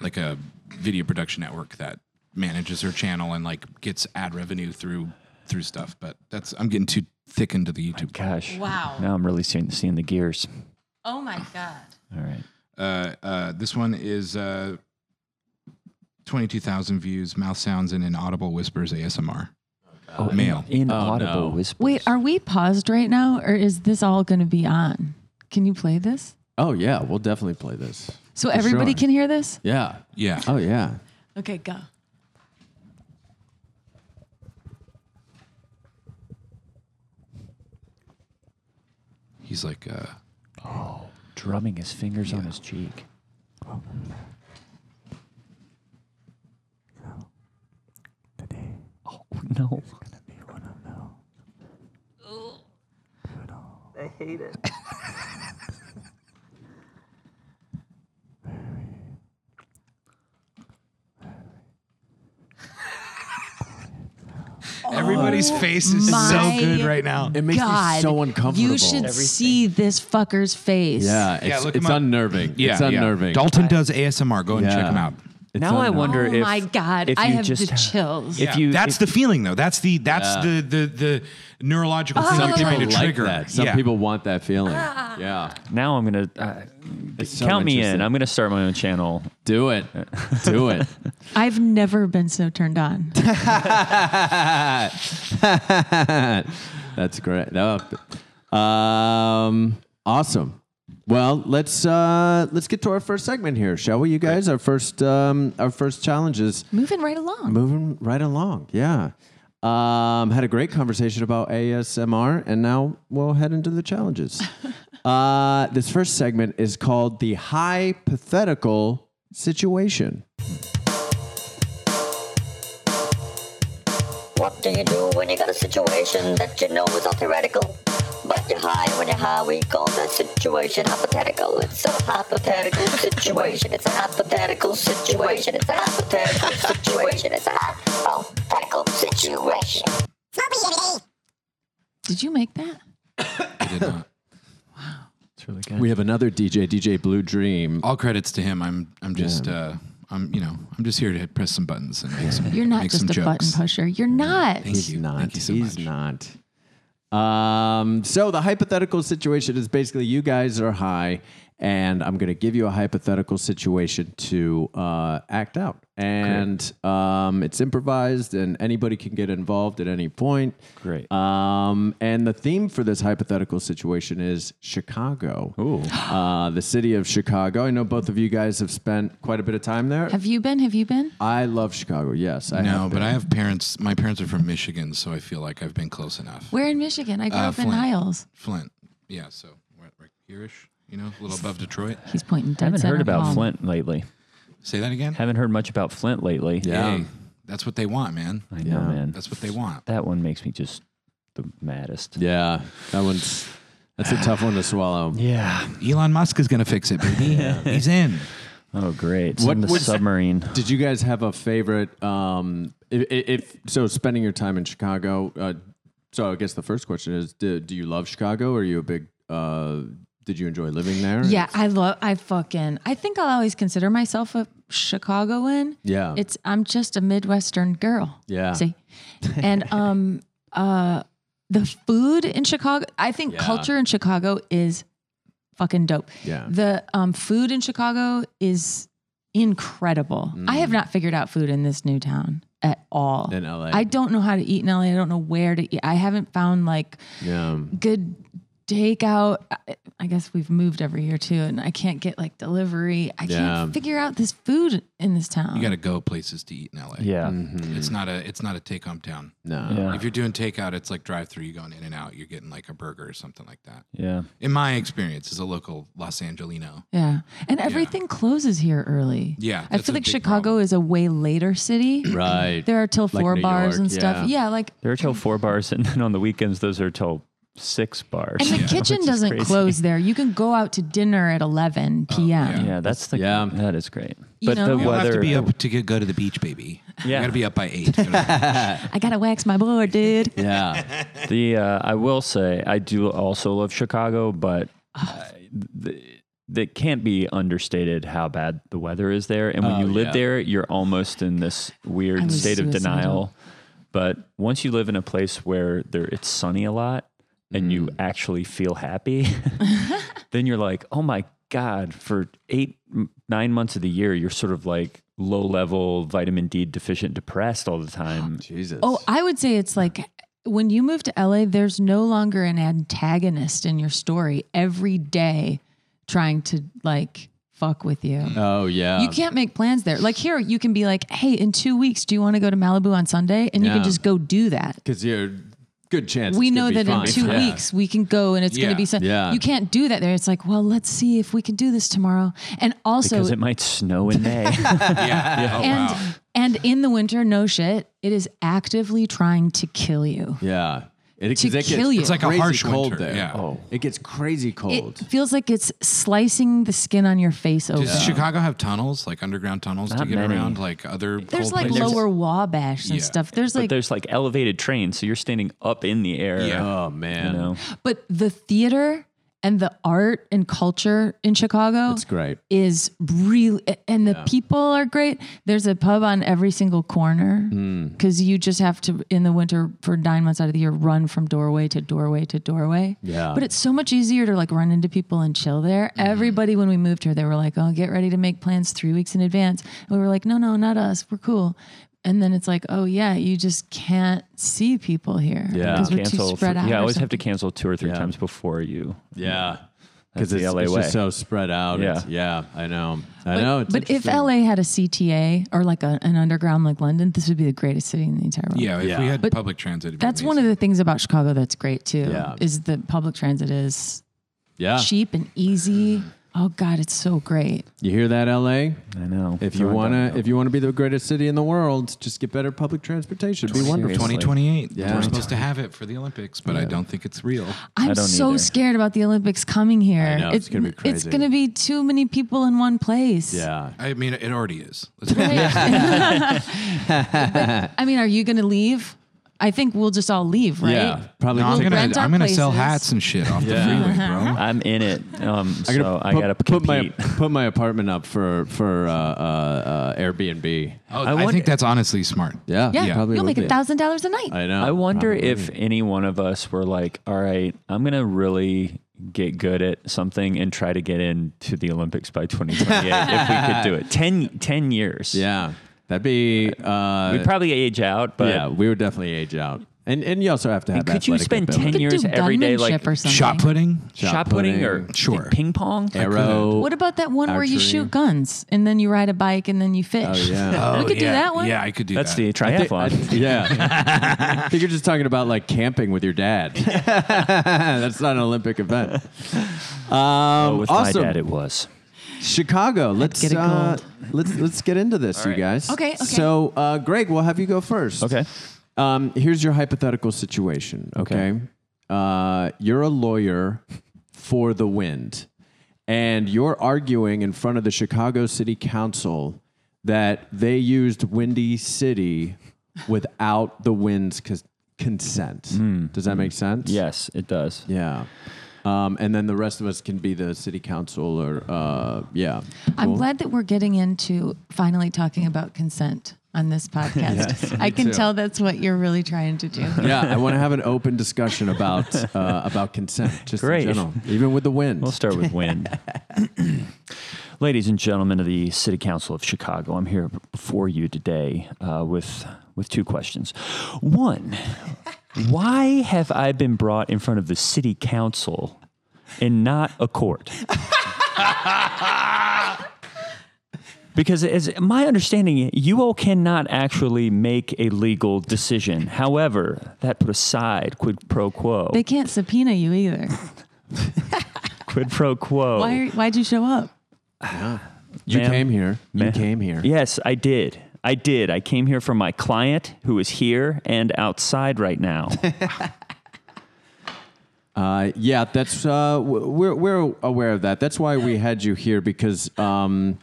S5: like a video production network that manages her channel and like gets ad revenue through through stuff. But that's I'm getting too thick into the YouTube.
S7: Gosh.
S6: Wow.
S7: Now I'm really seeing seeing the gears.
S6: oh my god.
S7: All right.
S5: Uh, uh, this one is uh, twenty two thousand views. Mouth sounds and inaudible whispers ASMR.
S7: Oh,
S5: Male.
S7: Inaudible
S3: no.
S7: whispers.
S6: Wait, are we paused right now or is this all gonna be on? Can you play this?
S3: Oh yeah. We'll definitely play this.
S6: So
S3: For
S6: everybody
S3: sure.
S6: can hear this?
S3: Yeah.
S5: Yeah.
S3: Oh yeah.
S6: Okay, go.
S5: He's like, uh,
S7: drumming his fingers on his cheek? Oh no.
S5: everybody's face is
S6: Oh my
S5: so good right now.
S3: It makes
S6: God,
S3: me so uncomfortable.
S6: You should see this fucker's face.
S3: Yeah. It's,
S5: look
S3: it's
S5: him up.
S3: unnerving. it's unnerving.
S5: Dalton does ASMR. Go and check
S3: Yeah.
S5: him out.
S3: It's
S7: Now I
S3: unnerving.
S7: wonder
S6: Oh
S7: if
S6: my God,
S7: if
S6: I
S7: you
S6: have
S7: just,
S6: the chills.
S7: If you
S5: that's
S7: if,
S5: the feeling though. That's the that's the, the the neurological
S7: Oh.
S5: thing
S3: Some
S5: you're trying to
S3: people like
S5: trigger.
S3: that. Some
S5: Yeah.
S3: people want that feeling. Yeah.
S7: now I'm gonna uh,
S3: so
S7: count me in.
S3: interesting.
S7: I'm gonna start my own channel.
S3: Do it. Do it.
S6: I've never been so turned on.
S3: That's great. No. Um, awesome. Well, let's uh, let's get to our first segment here, shall we, you guys? Our first um, our first challenges.
S6: Moving right along.
S3: Moving right along, yeah. Um, had a great conversation about ASMR, and now we'll head into the challenges. uh, this first segment is called the hypothetical situation.
S10: What do you do when you got a situation that you know is all theoretical? But you're high when you're high, we call that situation hypothetical. It's a hypothetical situation. It's a hypothetical situation. It's a hypothetical situation. It's a hypothetical situation.
S6: Did you make that?
S5: I did not.
S7: It's really good.
S3: We have another DJ, DJ Blue Dream.
S5: All credits to him. I'm I'm just uh, I'm you know I'm just here to press some buttons and make some.
S6: You're not
S5: make
S6: just
S5: some
S6: a
S5: jokes.
S6: button pusher. You're not.
S5: Thank
S3: He's
S5: you.
S3: not.
S5: Thank you so
S3: He's
S5: much.
S3: not. Um, so the hypothetical situation is basically you guys are high, and I'm going to give you a hypothetical situation to uh, act out, and um, it's improvised, and anybody can get involved at any point.
S7: Great.
S3: Um, and the theme for this hypothetical situation is Chicago. Ooh. Uh, the city of Chicago. I know both of you guys have spent quite a bit of time there.
S6: Have you been? Have you been?
S3: I love Chicago. Yes, I
S5: No,
S3: have
S5: but
S3: been.
S5: I have parents. My parents are from Michigan, so I feel like I've been close enough.
S6: We're in Michigan. I grew
S5: Uh,
S6: up in
S5: Flint.
S6: Niles.
S5: Flint. Yeah, so right, right here-ish, you know, a little above Detroit.
S6: He's pointing.
S7: I
S6: Dead
S7: haven't heard
S6: center
S7: about
S6: palm.
S7: Flint lately.
S5: Say that again.
S7: Haven't heard much about Flint lately.
S3: Yeah.
S5: Hey, that's what they want, man.
S7: I know, man.
S5: That's what they want.
S7: that one makes me just the maddest.
S3: Yeah, that one's that's a tough one to swallow.
S7: Yeah.
S5: Elon Musk is gonna fix it, baby. He's in.
S7: Oh, great.
S3: What
S7: What the
S3: was- Mm.
S7: submarine?
S3: Did you guys have a favorite? Um, if, if so, spending your time in Chicago. Uh, so I guess the first question is: Do, do you love Chicago? Are you a big? Uh, did you enjoy living there?
S6: Yeah, I love. I fucking. I think I'll always consider myself a Chicagoan.
S3: Yeah.
S6: It's. I'm just a Midwestern girl.
S3: Yeah.
S6: See, and um, uh, the food in Chicago. I think culture in Chicago is fucking dope.
S3: Yeah.
S6: The um food in Chicago is incredible. I have not figured out food in this new town at all.
S3: In LA.
S6: I don't know how to eat in LA. I don't know where to eat. I haven't found like
S3: yeah.
S6: good takeout. I- I guess we've moved every year too, and I can't get like delivery. I
S3: Yeah.
S6: can't figure out this food in this town.
S5: You gotta go places to eat in LA.
S7: Yeah.
S5: It's not a it's not a take home town.
S3: Mm-hmm. No.
S7: Yeah.
S5: If you're doing takeout, it's like drive through. You're going in and out. You're getting like a burger or something like that.
S7: Yeah.
S5: In my experience, as a local Los Angelino,
S6: yeah, and everything closes here early.
S5: Yeah,
S6: I
S5: that's
S6: feel
S5: a
S6: like
S5: big
S6: Chicago
S5: problem.
S6: is a way later city.
S3: Right.
S6: There are till
S3: Like
S6: four
S3: New
S6: bars
S3: York,
S6: and stuff.
S3: yeah.
S6: Yeah, like
S7: There are till four bars, and then on the weekends, those are till six bars.
S6: and the
S7: Yeah. Which
S6: kitchen
S7: is
S6: doesn't
S7: crazy.
S6: close there. You can go out to dinner at eleven p.m.
S7: Yeah, that's the.
S3: Yeah.
S7: That is great.
S6: You
S7: But
S6: know?
S7: the
S6: You
S5: you don't
S7: weather.
S5: have to be up to get, go to the beach, baby.
S7: Yeah.
S5: You gotta be up by eight. to go to the beach.
S6: I gotta wax my board, dude.
S3: Yeah.
S7: The uh, I will say I do also love Chicago, but uh, th- it can't be understated how bad the weather is there. And when you live there, you're almost in this
S6: I
S7: weird
S6: was
S7: state of
S6: suicidal.
S7: denial. But once you live in a place where there it's sunny a lot and you actually feel happy, then you're like, oh my god! For eight m- nine months of the year, you're sort of like low level vitamin D deficient, depressed all the time.
S3: Jesus.
S6: Oh, I would say it's like when you move to LA, there's no longer an antagonist in your story every day trying to like fuck with you.
S3: Oh yeah.
S6: you can't make plans there. Like here, you can be like, hey, in two weeks, do you want to go to Malibu on Sunday? And you
S3: Yeah.
S6: can just go do that.
S3: Because you're good chance.
S6: We
S3: it's
S6: know
S3: gonna be
S6: that in
S3: fine.
S6: two
S3: Yeah.
S6: weeks we can go and it's going
S5: Yeah.
S6: to be something.
S3: Yeah.
S6: You can't do that there. It's like, well, let's see if we can do this tomorrow. And also,
S7: Because it might snow in May.
S5: yeah. Oh,
S6: and,
S5: wow.
S6: and in the winter, no shit, it is actively trying to kill you.
S3: Yeah. It, 'cause
S6: To
S3: it gets
S6: kill you. It's
S5: like a
S3: crazy
S5: harsh
S3: cold
S5: winter,
S3: there.
S5: yeah. Oh.
S3: It gets crazy cold.
S6: It feels like it's slicing the skin on your face open.
S5: Does Chicago have tunnels, like underground tunnels to
S7: Not
S5: get
S7: many.
S5: around, like other
S6: There's
S5: cold
S6: like
S5: places?
S6: lower Wabash and
S5: Yeah.
S6: stuff. There's
S7: but
S6: like, but,
S7: there's like elevated trains, so you're standing up in the air.
S5: Yeah.
S3: oh man.
S7: You know,
S6: the theater and the art and culture in Chicago
S3: It's great.
S6: is really, and the people are great. There's a pub on every single corner
S3: Mm.
S6: because you just have to, in the winter for nine months out of the year, run from doorway to doorway to doorway.
S3: Yeah. Mm-hmm.
S6: But it's so much easier to like run into people and chill there. Everybody, when we moved here, they were like, oh, get ready to make plans three weeks in advance. And we were like, no, no, not us. We're cool. And then it's like, oh, yeah, you just can't see people here.
S3: Yeah.
S6: Because we're too
S7: cancel.
S6: spread
S7: th-
S6: out.
S7: yeah,
S6: or
S7: always have to
S6: something.
S7: cancel two or three
S3: Yeah.
S7: times before you.
S3: Yeah. because
S7: That's the
S3: it's,
S7: LA
S3: it's
S7: way.
S3: just so spread out.
S7: Yeah.
S3: It's- yeah, I know. I know. It's
S6: But if
S3: interesting.
S6: LA had a CTA or like a, an underground like London, this would be the greatest city in the entire world.
S5: Yeah, if
S3: Yeah.
S5: we had
S6: But
S5: public transit, it'd be
S6: That's one of the things about Chicago that's great too.
S3: Yeah. Ah.
S6: Is that public transit is
S3: yeah,
S6: cheap and easy.
S3: Mm.
S6: Oh God, it's so great.
S3: you hear that, LA?
S7: I know.
S3: If you
S7: Throwing
S3: wanna,
S7: down-
S3: if you wanna be the greatest city in the world, just get better public transportation. It'd be wonderful.
S7: Seriously.
S5: 2028.
S3: Yeah.
S5: We're supposed to have it for the Olympics, but I don't think it's real.
S6: I'm
S7: don't
S6: so
S7: either.
S6: scared about the Olympics coming here.
S3: I know, it's gonna be
S6: It's
S3: crazy.
S6: gonna be too many people in one place.
S3: Yeah.
S5: I mean, it already is. Let's be honest.
S6: I mean, are you gonna leave? I think we'll just all leave, right?
S3: Yeah. Probably.
S5: No, I'm
S6: We'll
S5: gonna
S6: rent our
S5: I'm gonna sell
S6: places.
S5: hats and shit off
S3: Yeah.
S5: the freeway, bro.
S7: I'm in it. Um,
S3: I gotta
S7: so I
S3: put-
S7: gotta
S3: put my
S7: compete.
S3: put my apartment up for for uh, uh, uh, Airbnb.
S5: Oh,
S7: I
S5: I,
S7: wonder-
S5: think that's honestly smart.
S3: Yeah,
S6: Yeah.
S3: probably
S6: You'll
S3: would
S6: make a
S3: be.
S6: thousand dollars a night.
S3: I know.
S7: I wonder
S3: probably.
S7: if any one of us were like, all right, I'm going to really get good at something and try to get into the Olympics by 2028 if we could do it. 10, 10 years.
S3: Yeah, that'd be. Uh,
S7: We'd probably age out, but
S3: yeah, we would definitely age out, and and you also have to have.
S7: could you
S3: athletic
S7: spend
S3: ability.
S7: 10
S6: You could
S7: years
S6: do
S7: every day, like
S6: gunmanship or something.
S5: Shot putting?
S7: shot putting or
S3: putting,
S5: sure.
S7: ping pong?
S3: Arrow.
S6: What about that one where you
S3: Archery.
S6: shoot guns and then you ride a bike and then you fish?
S3: Oh yeah.
S6: We could do
S5: yeah.
S6: that one.
S5: Yeah, I could do
S7: That's the
S5: that.
S7: triathlon.
S3: um, yeah. I think you're just talking about like camping with your dad. That's not an Olympic event.
S7: oh, with
S3: awesome.
S7: my dad, it was.
S3: Chicago. Let's
S6: get it
S3: uh,
S6: gold.
S3: let's let's get into this, you guys.
S6: Okay, okay.
S3: So, uh, Greg, we'll have you go first.
S7: Okay.
S3: Um, here's your hypothetical situation. Okay. Uh, you're a lawyer for the wind, and you're arguing in front of the Chicago City Council that they used Windy City without the wind's cons- consent. Does that make sense?
S7: Yes, it does.
S3: Yeah. Um, and then the rest of us can be the city council or, uh, yeah.
S6: I'm
S3: Cool.
S6: glad that we're getting into finally talking about consent on this podcast. I can tell that's what you're really trying to do.
S3: Yeah, I want to have an open discussion about uh, about consent, just
S7: Great.
S3: in general, even with the wind.
S7: We'll start with wind. Ladies and gentlemen of the City Council of Chicago, I'm here before you today uh, with with two questions. One, why have I been brought in front of the City Council and not a court? Because as my understanding, you all cannot actually make a legal decision. However, that put aside quid pro quo.
S6: They can't subpoena you either.
S7: quid pro quo.
S6: Why are, why'd you show up?
S3: you
S7: ma'am,
S3: came here. You
S7: ma'am.
S3: came here.
S7: Yes, I did. I did. I came here for my client who is here and outside right now.
S3: Uh, yeah, that's uh, w- we're we're aware of that. That's why we had you here because um,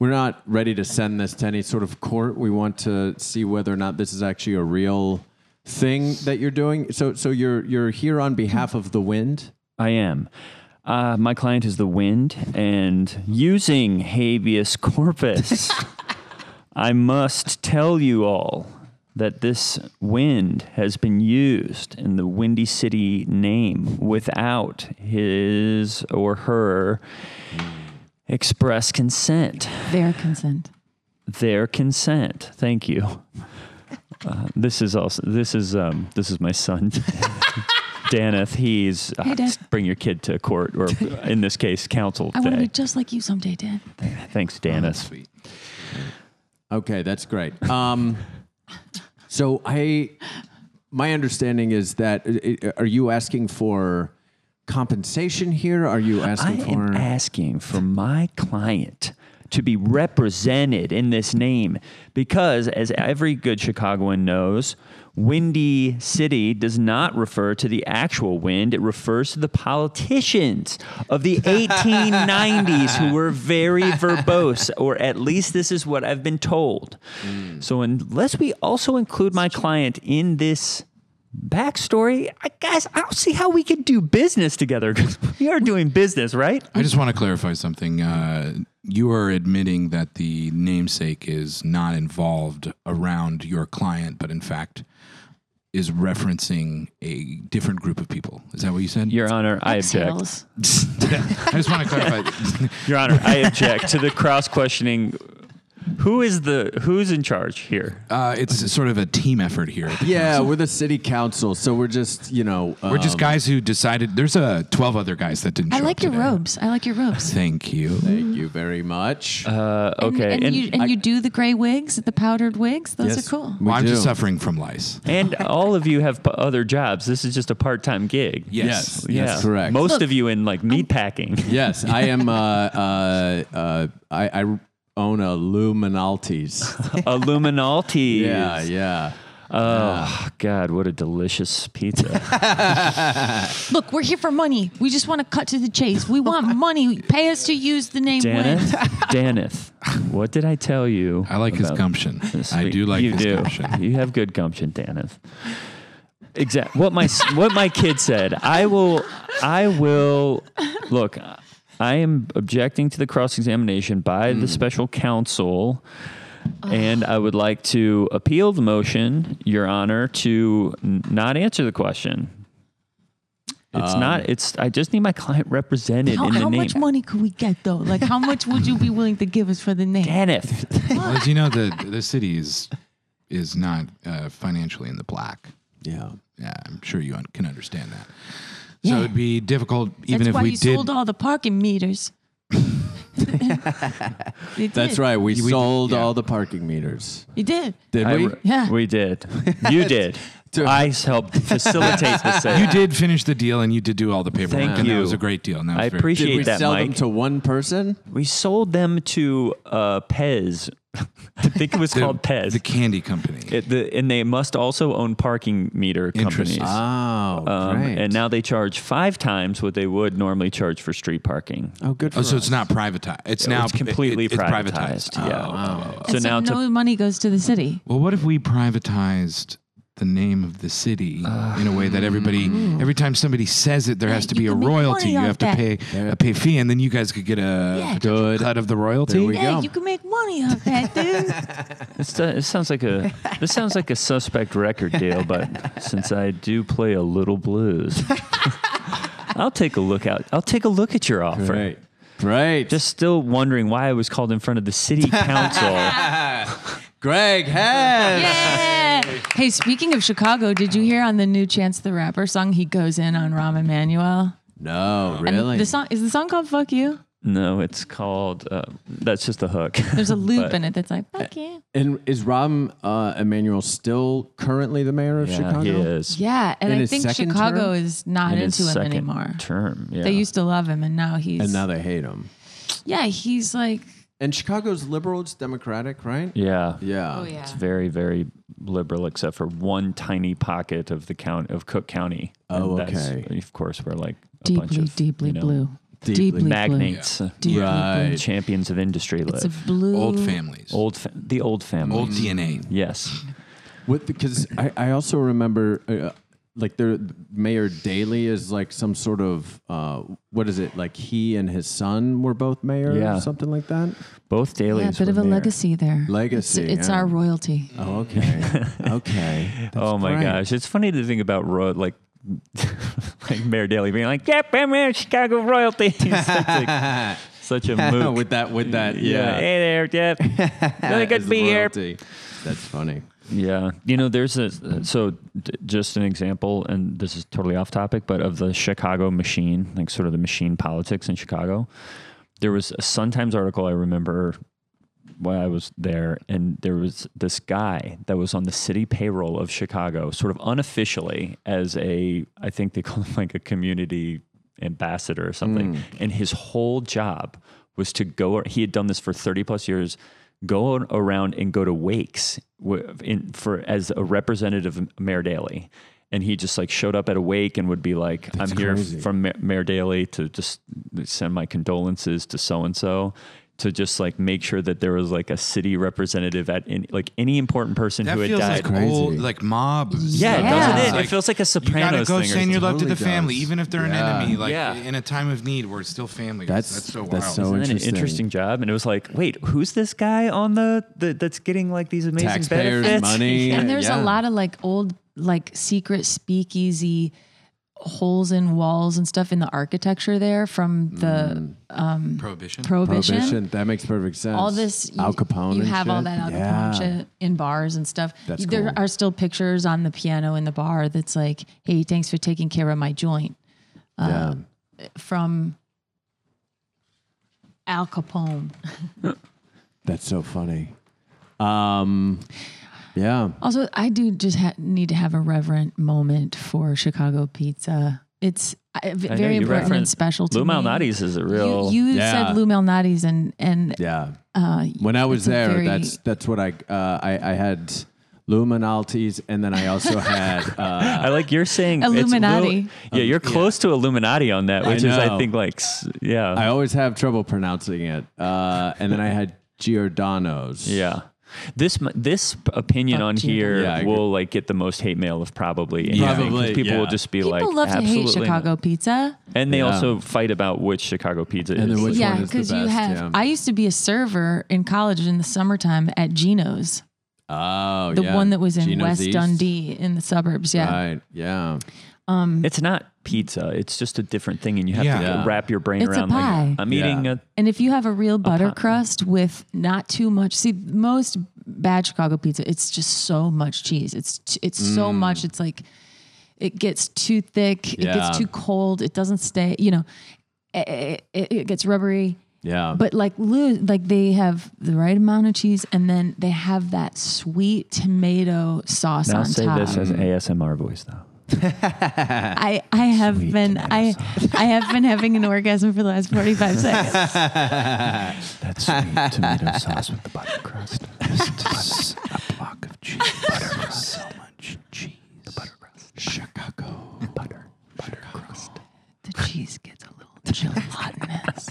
S3: we're not ready to send this to any sort of court. We want to see whether or not this is actually a real thing that you're doing. So so you're you're here on behalf of the wind.
S7: I am. Uh, my client is the wind, and using habeas corpus, I must tell you all that this wind has been used in the Windy City name without his or her
S3: Hmm.
S7: express consent.
S6: Their consent.
S7: their consent. Thank you. Uh, this is also this is um, this is my son, Daneth. He's uh,
S6: Hey, Dan.
S7: just bring your kid to court, or in this case, counsel.
S6: I want to be
S7: Day.
S6: just like you someday, Dan.
S7: Thanks, Daneth.
S5: Sweet.
S3: Okay, that's great. Um, so I, my understanding is that i- i- are you asking for compensation here? Are you
S7: I
S3: asking
S7: am
S3: for?
S7: asking for my client to be represented in this name because, as every good Chicagoan knows, Windy City does not refer to the actual wind. It refers to the politicians of the 1890s who were very verbose, or at least this is what I've been told.
S3: Hmm.
S7: So, unless we also include my client in this backstory, I, guys, I don't see how we could do business together 'cause we are doing business, right?
S5: I
S6: Mm-hmm.
S5: just want to clarify something. Uh, you are admitting that the namesake is not involved around your client, but in fact is referencing a different group of people. Is that what you said?
S7: Your Honor, I object.
S6: Exhales.
S5: I just want to clarify.
S7: Your Honor, I object to the cross questioning Who is the who's in charge here?
S5: Uh, it's sort of a team effort here.
S3: Yeah, we're the city council, so we're just you know
S5: We're just
S3: um,
S5: guys who decided. There's uh, 12 other guys that didn't.
S6: I
S5: show
S6: like
S5: up
S6: your
S5: today.
S6: robes. I like your robes.
S5: Thank you.
S3: Thank you very much.
S7: Uh, okay,
S6: And, you, and you do the gray wigs, the powdered wigs. Those
S3: Yes.
S6: are cool.
S5: Well, I'm just
S3: do.
S5: suffering from lice.
S7: and all of you have p- other jobs. This is just a part-time gig.
S5: Yes.
S7: yeah,
S3: That's correct.
S7: Most
S6: Look,
S7: of you in like meat packing.
S3: Yes, I am. Uh, uh, uh, I, I own a Luminalties.
S7: Illuminati.
S3: yeah, yeah.
S7: Oh God, what a delicious pizza.
S6: Look, we're here for money. We just want to cut to the chase. We want money. Pay us to use the name
S7: Danith,
S6: Wynn.
S7: Danith, what did I tell you?
S5: I like his
S7: about
S5: gumption.
S7: this
S5: I
S7: week?
S5: do like
S7: you
S5: his
S7: do.
S5: gumption.
S7: You have good gumption, Danith. Exactly. What my what my kid said. I will. I will. Look, I am objecting to the cross examination by
S5: Hmm.
S7: the special counsel. And I would like to appeal the motion, Your Honor, to n- not answer the question. It's
S5: Um.
S7: not. It's. I just need my client represented
S6: How,
S7: in the
S6: how
S7: name.
S6: much money could we get though? Like, how much would you be willing to give us for the name?
S7: Danith.
S5: Well, as you know, the the city is is not uh, financially in the black.
S3: Yeah.
S5: Yeah, I'm sure you un- can understand that. So it'd be difficult, even
S6: That's
S5: if
S6: why
S5: we
S6: you
S5: did.
S6: sold all the parking meters. You
S3: That's
S6: did.
S3: right. We,
S5: We-
S3: sold
S5: yeah.
S3: all the parking meters.
S6: You did.
S3: Did
S7: I
S3: we?
S7: re-
S6: Yeah.
S7: We did. You did.
S3: Dude.
S7: I helped facilitate the sale.
S5: you did finish the deal, and you did do all the paperwork.
S7: Thank
S5: and That
S7: you.
S5: was a great deal. And that was
S7: I
S5: very-
S7: appreciate
S3: Did we
S7: that,
S3: sell
S7: Mike.
S3: them to one person?
S7: we sold them to uh, Pez. I think it was
S5: the,
S7: called Pez.
S5: the candy company.
S7: It- the- and they must also own parking meter companies.
S5: Interesting.
S3: Oh,
S7: Um,
S3: great.
S7: and now they charge five times what they would normally charge for street parking.
S3: oh, good. For
S5: oh, so
S3: us.
S5: it's not privatized. It's now
S7: it's completely
S5: it- it's Oh,
S7: privatized. Yeah.
S6: So,
S7: So now
S6: no
S7: to
S6: money goes to the city.
S5: Well, what if we privatized the name of the city in a way that everybody, every time somebody says it, there has to
S6: Mm.
S5: be
S6: You
S5: a
S6: can make
S5: royalty.
S6: money
S5: You
S6: off
S5: have to
S6: that.
S5: pay a pay fee, and then you guys could get a
S6: Yeah.
S5: good cut of the royalty.
S3: we
S6: Yeah,
S3: go.
S6: you can make money off that, dude.
S7: It's- uh, it sounds like a this sounds like a suspect record deal, but since I do play a little blues, I'll take a look out. I'll take a look at your offer.
S3: Right. Right.
S7: Just still wondering why I was called in front of the city council.
S3: Greg Hess.
S6: Yeah. Hey, speaking of Chicago, did you hear on the new Chance the Rapper song he goes in on Rahm Emanuel?
S3: No,
S6: And
S3: really.
S6: The song is the song called "Fuck You."
S7: no, it's called. Uh, that's just the hook.
S6: There's a loop in it that's like "Fuck you."
S3: and is Rahm uh, Emanuel still currently the mayor of Chicago?
S7: He is
S6: Yeah, and
S3: In
S6: I
S3: his
S6: think
S3: second
S6: Chicago
S3: term?
S6: is not
S7: in his
S6: into him
S7: second
S6: anymore.
S7: term. Yeah.
S6: They used to love him, and now he's
S3: And now they hate him.
S6: yeah, he's like
S3: And Chicago's liberal, it's democratic, right?
S7: yeah.
S3: Yeah.
S6: oh yeah.
S7: It's very, very liberal, except for one tiny pocket of the count of Cook County.
S3: Oh,
S7: And that's,
S3: okay.
S7: Of course, we're like a bunch
S6: deeply,
S7: of
S6: deeply
S7: you know,
S6: blue,
S3: Deeply
S6: deeply, blue.
S7: magnates, uh,
S6: Deeply
S3: Right.
S6: blue.
S7: champions of industry
S6: It's a
S7: live.
S6: blue.
S5: Old families, old,
S7: old, fa- the old family.
S5: DNA.
S7: Yes.
S3: With because I, I also remember uh, like there Mayor Daley is like some sort of uh, what is it like he and his son were both mayor
S7: Yeah.
S3: or something like that.
S7: Both dailies.
S6: Yeah, a bit
S7: were
S6: of a
S7: there.
S6: legacy there.
S3: Legacy,
S6: It's, it's
S3: yeah.
S6: our royalty.
S3: Oh, okay, okay.
S7: oh my
S3: great.
S7: gosh, it's funny to think about ro- like like Mayor Daley being like, "Yep, I'm here, Chicago royalty." It's like such a mook.
S3: with that, with that, yeah.
S7: yeah. Hey there, Jeff. Really good
S3: As
S7: to be here.
S3: royalty. That's funny.
S7: Yeah, you know, there's a so d- just an example, and this is totally off topic, but of the Chicago machine, like sort of the machine politics in Chicago. There was a Sun Times article I remember while I was there, and there was this guy that was on the city payroll of Chicago, sort of unofficially as a, I think they call him like a community ambassador or something. And his whole job was to go, he had done this for 30 plus years, go on- around and go to wakes w- in, for as a representative of Mayor Daley. And he just like showed up at a wake and would be like, I'm here from Ma- Mayor Daley to just send my condolences to so and so to just like make sure that there was like a city representative at any, like any important person
S5: That
S7: who had
S5: feels
S7: died.
S5: like old, like mob.
S7: yeah,
S5: stuff.
S7: doesn't
S6: Yeah.
S7: it?
S5: It's
S7: it feels like a
S5: you gotta
S7: Sopranos
S5: go
S7: thing. or
S5: send your
S7: something.
S5: love to the
S3: Totally
S5: family,
S3: does.
S5: even if they're
S3: Yeah.
S5: an enemy. Like
S7: Yeah.
S5: in a time of need, we're still family.
S3: That's-
S5: that's so
S3: that's
S5: wild.
S3: so-
S7: Isn't that an
S3: interesting.
S7: interesting job? And it was like, wait, who's this guy on the, the that's getting like these amazing
S3: Taxpayers'
S7: benefits?
S3: money,
S6: and there's
S3: yeah.
S6: a lot of like old like secret speakeasy holes in walls and stuff in the architecture there from the
S3: Mm.
S6: um,
S5: Prohibition.
S6: prohibition.
S3: That makes perfect sense.
S6: All this you-
S3: Al Capone.
S6: You
S3: and
S6: have all
S3: shit?
S6: that Al Capone
S3: Yeah.
S6: shit in bars and stuff.
S3: That's
S6: there
S3: cool.
S6: are still pictures on the piano in the bar that's like, "Hey, thanks for taking care of my joint." Uh,
S3: Yeah.
S6: from Al Capone.
S3: That's so funny. Um, yeah.
S6: Also, I do just ha- need to have a reverent moment for Chicago pizza. It's uh, v-
S7: I know,
S6: very important
S7: you
S6: and
S7: referenced
S6: special to
S7: Lou
S6: me.
S7: Malnati's is a real.
S6: You, you
S3: Yeah.
S6: said Lou Malnati's, and and
S3: Yeah.
S6: uh,
S3: When I was
S6: it's a
S3: there,
S6: very-
S3: that's that's what I uh, I, I had luminalties, and then I also had uh,
S7: I like you're saying it's Lou-
S6: Illuminati.
S7: yeah, you're close to Illuminati on that, which is
S3: know.
S7: I think like s- yeah,
S3: I always have trouble pronouncing it, uh, and then I had Giordano's.
S7: yeah. This m- this p- opinion on here
S3: Yeah, I agree.
S7: will like get the most hate mail of probably anything, 'cause
S3: Probably,
S7: people will
S3: yeah.
S7: just be
S6: people
S7: like
S6: love to hate
S7: absolutely not.
S6: Chicago pizza.
S7: and they also fight about which Chicago pizza
S3: And
S7: is.
S3: then which
S6: yeah,
S3: one is the best?
S6: because you have.
S3: yeah.
S6: I used to be a server in college in the summertime at Gino's,
S3: oh,
S6: the
S3: yeah.
S6: one that was in
S3: Gino's
S6: West
S3: East.
S6: Dundee in the suburbs. Yeah,
S3: Right. Yeah.
S7: It's not pizza. It's just a different thing, and you have to
S5: Yeah.
S7: wrap your brain
S6: It's a
S7: around. like,
S6: pie.
S7: I'm eating
S3: Yeah.
S7: a
S6: And if you have a real butter crust with not too much, see most bad Chicago pizza, it's just so much cheese. It's t- it's
S3: Mm.
S6: so much. It's like it gets too thick. It
S3: Yeah.
S6: gets too cold. It doesn't stay. You know, it, it, it gets rubbery.
S3: Yeah.
S6: But like Lou, like they have the right amount of cheese, and then they have that sweet tomato sauce
S7: Now
S6: on
S7: say
S6: top.
S7: this as ASMR voice though.
S6: I, I have been I I have been having an orgasm for the last forty five seconds.
S7: That's sweet tomato sauce with the butter crust. This is a block of cheese. Butter crust. So much cheese. The butter crust. Chicago. Butter. Butter crust.
S6: The cheese gets a little gelatinous.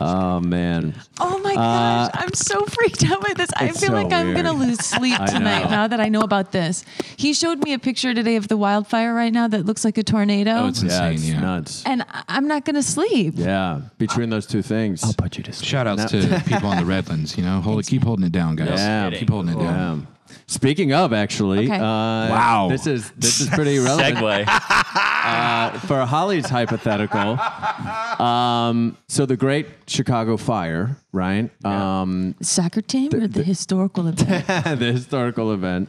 S3: Oh man.
S6: Oh my gosh, I'm so freaked out by this. I
S3: it's
S6: feel
S3: so
S6: like I'm
S3: weird.
S6: gonna lose sleep tonight
S3: know.
S6: now that I know about this. He showed me a picture today of the wildfire right now that looks like a tornado,
S5: Oh, it's
S3: Yeah.
S5: insane.
S3: It's
S5: Yeah.
S3: nuts.
S6: and I- I'm not gonna sleep.
S3: Yeah. Between those two things.
S7: Put you to sleep.
S5: Shout outs to people on the Redlands, you know. Hold it, keep holding it down, guys.
S3: Yeah.
S5: Keep holding it down.
S3: Um, speaking of, actually,
S6: Okay.
S3: uh,
S5: Wow.
S3: this is this is pretty relevant
S7: Segway.
S3: for Holly's hypothetical. Um, so the Great Chicago Fire, right? Um,
S6: Soccer team or the historical event?
S3: the historical event.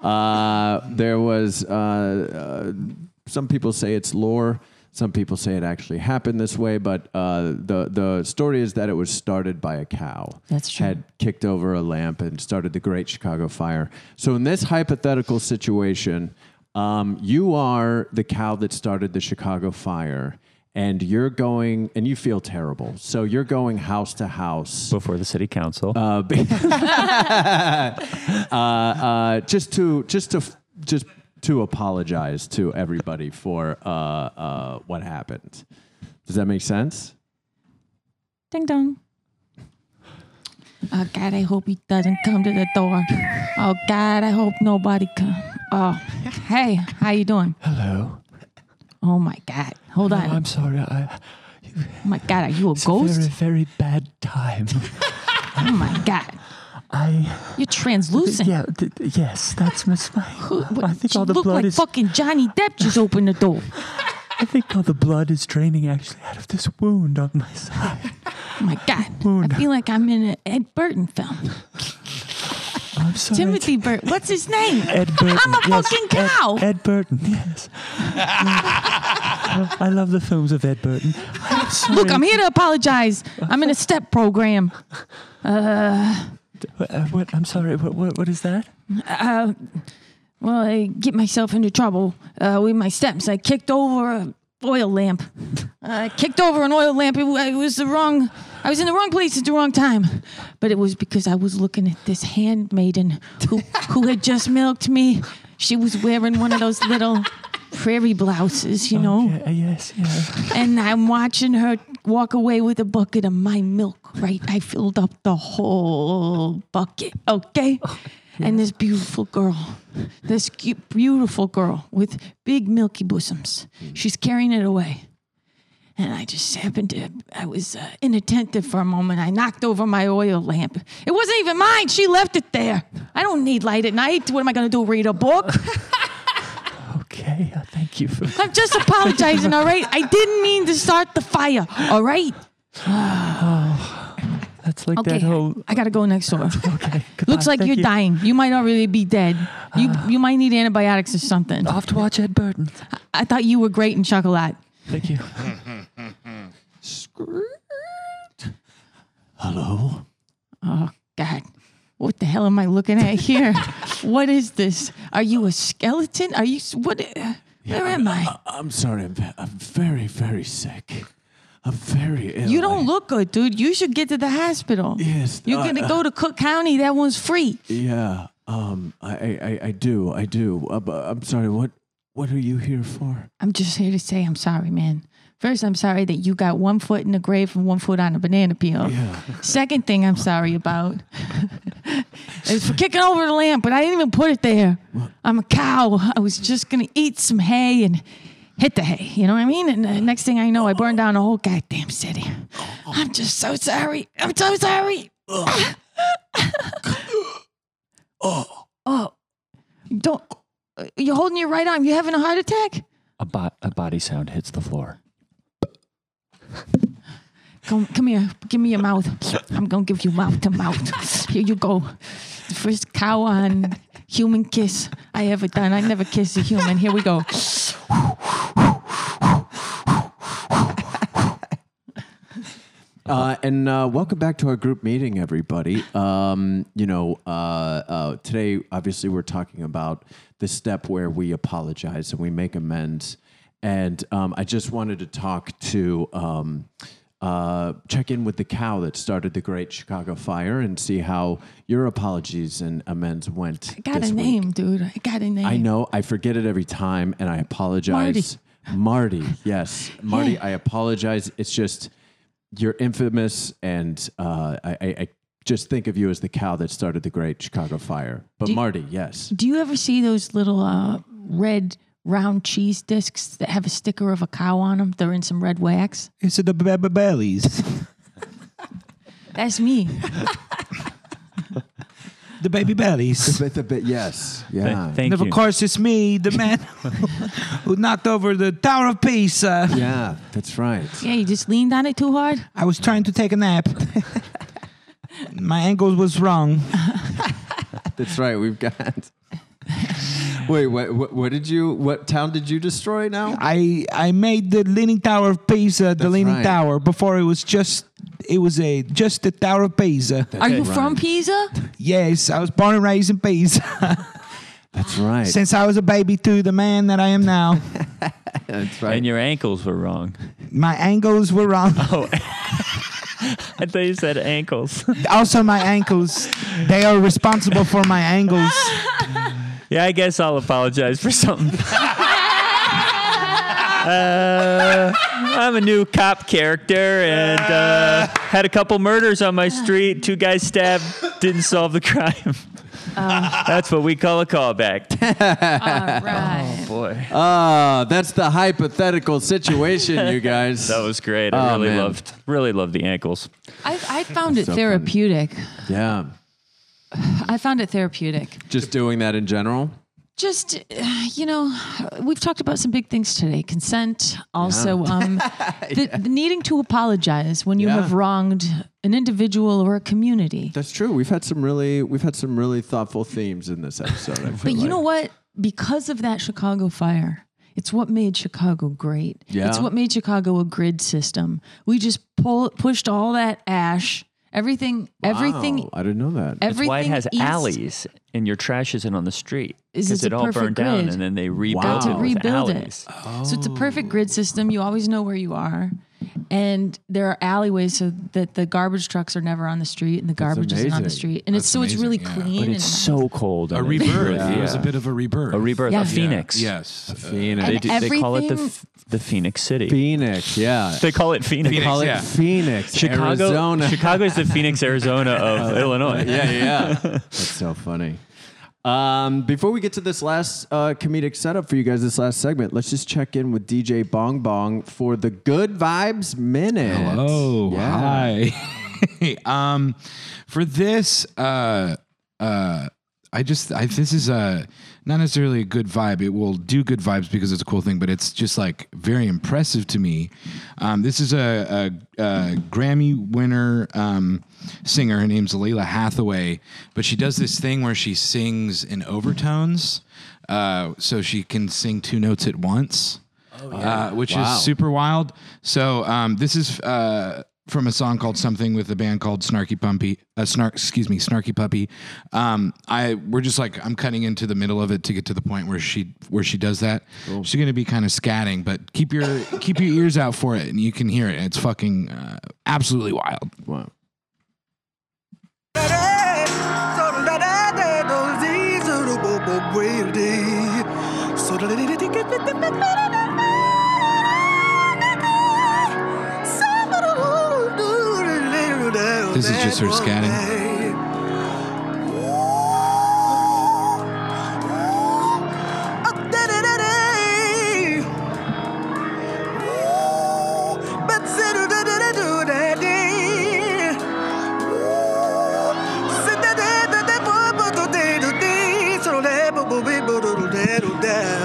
S3: Uh, there was uh, uh, some people say it's lore. Some people say it actually happened this way, but uh, the the story is that it was started by a cow.
S6: That's true.
S3: Had kicked over a lamp and started the Great Chicago Fire. So in this hypothetical situation, um, you are the cow that started the Chicago Fire, and you're going and you feel terrible. So you're going house to house,
S7: Before the city council.
S3: uh, just to just to f- just to apologize to everybody for uh, uh, what happened. Does that make sense?
S6: Ding dong. Oh God, I hope he doesn't come to the door. Oh God, I hope nobody come. Oh, hey, how you doing? Hello. Oh my God, hold on.
S7: I'm sorry. I,
S6: Oh my God, are you a ghost?
S7: very bad time.
S6: Oh my God,
S7: I
S6: you're translucent.
S7: th- th- yes, that's my
S6: Who- what-
S7: I think all the
S6: you look
S7: blood
S6: like
S7: is-
S6: fucking Johnny Depp just opened the door.
S7: I think all the blood is draining actually out of this wound on my side.
S6: Oh my God, I feel like I'm in an Ed Burton film.
S7: I'm sorry.
S6: Timothy Burton, what's his name?
S7: Ed Burton.
S6: I'm a
S7: yes,
S6: fucking
S7: Ed-
S6: cow.
S7: Ed, Burton, yes. I love the films of Ed Burton. I'm sorry.
S6: Look, I'm here to apologize. I'm in a step program.
S7: What, uh, what- I'm sorry. What, what, what is that?
S6: Uh, Well, I get myself into trouble uh, with my steps. I kicked over a oil lamp. I kicked over an oil lamp. It, wa- it was the wrong. I was in the wrong place at the wrong time. But it was because I was looking at this handmaiden who who had just milked me. She was wearing one of those little prairie blouses, you know.
S7: Yeah, uh, yes, yeah.
S6: And I'm watching her walk away with a bucket of my milk, right? I filled up the whole bucket, okay? And this beautiful girl, this cu- beautiful girl with big milky bosoms, she's carrying it away. And I just happened to, I was uh, inattentive for a moment. I knocked over my oil lamp. It wasn't even mine. She left it there. I don't need light at night. What am I going to do? Read a book?
S7: Okay. Hey, uh, thank you for.
S6: I'm just apologizing, all right? I didn't mean to start the fire, all right?
S7: That's like
S6: Okay,
S7: that whole.
S6: I gotta go next door.
S7: Okay. goodbye,
S6: Looks like
S7: thank
S6: you're
S7: you.
S6: dying. You might already be dead. You you might need antibiotics or something.
S7: Off to watch Ed Burton.
S6: I thought you were great in chocolate.
S7: Thank you.
S3: Hello?
S6: Oh, God, what the hell am I looking at here? what is this? Are you a skeleton? Are you s- what? uh, Where am I?
S3: I'm sorry. I'm, ve- I'm very, very sick. I'm very ill.
S6: You don't
S3: I-
S6: look good, dude. You should get to the hospital.
S3: Yes,
S6: You're
S3: uh,
S6: gonna go to Cook County. That one's free.
S3: Yeah. Um. I. I. I- I do. I do. Uh, but I'm sorry. What? What are you here for?
S6: I'm just here to say I'm sorry, man. First, I'm sorry that you got one foot in the grave and one foot on a banana peel. Second thing I'm sorry about is for kicking over the lamp, but I didn't even put it there. I'm a cow. I was just going to eat some hay and hit the hay. You know what I mean? And the next thing I know, I burned down a whole goddamn city. I'm just so sorry. I'm so sorry. oh. Don't. You're holding your right arm. You having a heart attack?
S7: A, bo- a body sound hits the floor.
S6: Come, come here. Give me your mouth. I'm gonna give you mouth to mouth. Here you go. The first cow on human kiss I ever done. I never kissed a human. Here we go. Uh-huh.
S3: Uh, and uh, welcome back to our group meeting, everybody. Um, you know, uh, uh, today, obviously, we're talking about the step where we apologize and we make amends. And um, I just wanted to talk to um, uh, check in with the cow that started the Great Chicago Fire and see how your apologies and amends went.
S6: I got
S3: this
S6: a
S3: week.
S6: name, dude. I got a name.
S3: I know. I forget it every time, and I apologize. Marty. yes. Marty, I apologize. It's just you're infamous, and uh, I, I, I just think of you as the cow that started the Great Chicago Fire. But Marty, yes.
S6: Do you ever see those little uh, red round cheese discs that have a sticker of a cow on them? They're in some red wax.
S4: It's the b- bellies.
S6: That's me.
S4: The baby bellies.
S3: But the bit, yes. Yeah.
S7: Thank
S4: And of
S7: you.
S4: course, it's me, the man who knocked over the Tower of Pisa.
S3: yeah, that's right.
S6: Yeah, you just leaned on it too hard.
S4: I was trying to take a nap. My angle was wrong.
S3: That's right. We've got. Wait, what, what, what did you, what town did you destroy now?
S4: I I made the Leaning Tower of Pisa, the
S3: That's
S4: Leaning
S3: right.
S4: Tower. Before it was just it was a just the Tower of Pisa.
S6: Are you from Pisa?
S4: Yes, I was born and raised in Pisa.
S3: That's right.
S4: Since I was a baby to the man that I am now,
S3: That's right.
S7: And your ankles were wrong.
S4: my angles were wrong.
S7: I thought you said ankles.
S4: Also, my ankles, they are responsible for my angles.
S7: yeah, I guess I'll apologize for something. uh, Uh, I'm a new cop character and uh, had a couple murders on my street. Two guys stabbed, didn't solve the crime. Um. That's what we call a callback.
S3: Oh,
S6: All right.
S7: Boy,
S3: Ah, that's the hypothetical situation, you guys.
S7: that was great. I
S3: Oh,
S7: really
S3: man.
S7: loved, really loved the ankles.
S6: I, I found it
S3: So funny.
S6: therapeutic.
S3: yeah.
S6: I found it therapeutic.
S3: Just doing that in general.
S6: just uh, you know we've talked about some big things today consent also um, the, the needing to apologize when you
S3: Yeah.
S6: have wronged an individual or a community
S3: That's true. We've had some really we've had some really thoughtful themes in this episode. I feel
S6: but you
S3: like.
S6: know what because of that chicago fire it's what made chicago great it's
S3: Yeah.
S6: what made chicago a grid system we just pull, pushed all that ash everything everything
S3: Wow, I didn't know that.
S6: everything
S7: Why it has
S6: east
S7: alleys and your trash isn't on the street
S6: Is
S7: because
S6: it's a
S7: it all
S6: perfect
S7: burned down
S6: grid.
S7: and then they rebuilt
S3: Wow.
S7: it
S3: To
S7: with
S6: rebuild it.
S7: alleys.
S6: So it's a perfect
S3: Oh.
S6: grid system. You always know where you are. And there are alleyways so that the garbage trucks are never on the street and the garbage isn't on the
S3: amazing.
S6: street. And it's so it's
S5: amazing,
S6: really
S5: yeah.
S6: clean.
S7: But it's
S6: and-
S7: so cold.
S5: A
S7: on it.
S5: rebirth.
S7: Yeah.
S5: It was a bit of a rebirth.
S7: A rebirth.
S6: Yeah.
S7: A phoenix.
S5: Yes. Uh,
S3: Phoenix.
S7: They,
S6: And
S7: do, they call it the
S6: everything-
S7: f- the Phoenix City.
S3: Phoenix, yeah.
S7: They call it Phoenix.
S5: Phoenix,
S3: Call it
S5: yeah.
S3: Phoenix,
S7: Chicago.
S3: Arizona.
S7: Chicago is the Phoenix, Arizona of Illinois.
S3: yeah, yeah. That's so funny. Um, before we get to this last uh, comedic setup for you guys, this last segment, let's just check in with DJ Bong Bong for the Good Vibes Minute.
S5: Oh,
S3: Yeah.
S5: hi. um, for this, uh, uh, I just I, this is a not necessarily a good vibe. It will do good vibes because it's a cool thing, but it's just like very impressive to me. Um, this is a, a, a Grammy winner um, singer. Her name's Layla Hathaway, but she does this thing where she sings in overtones, uh, so she can sing two notes at once, uh, which
S3: Oh, Wow.
S5: is super wild. So um, this is. Uh, from a song called something with a band called Snarky Pumpy, uh, Snark, excuse me, Snarky Puppy. Um, I we're just like I'm cutting into the middle of it to get to the point where she where she does that. She's gonna be kind of scatting, but keep your keep your ears out for it, and you can hear it. It's fucking uh, absolutely wild.
S3: Wow.
S5: This is just her scatting.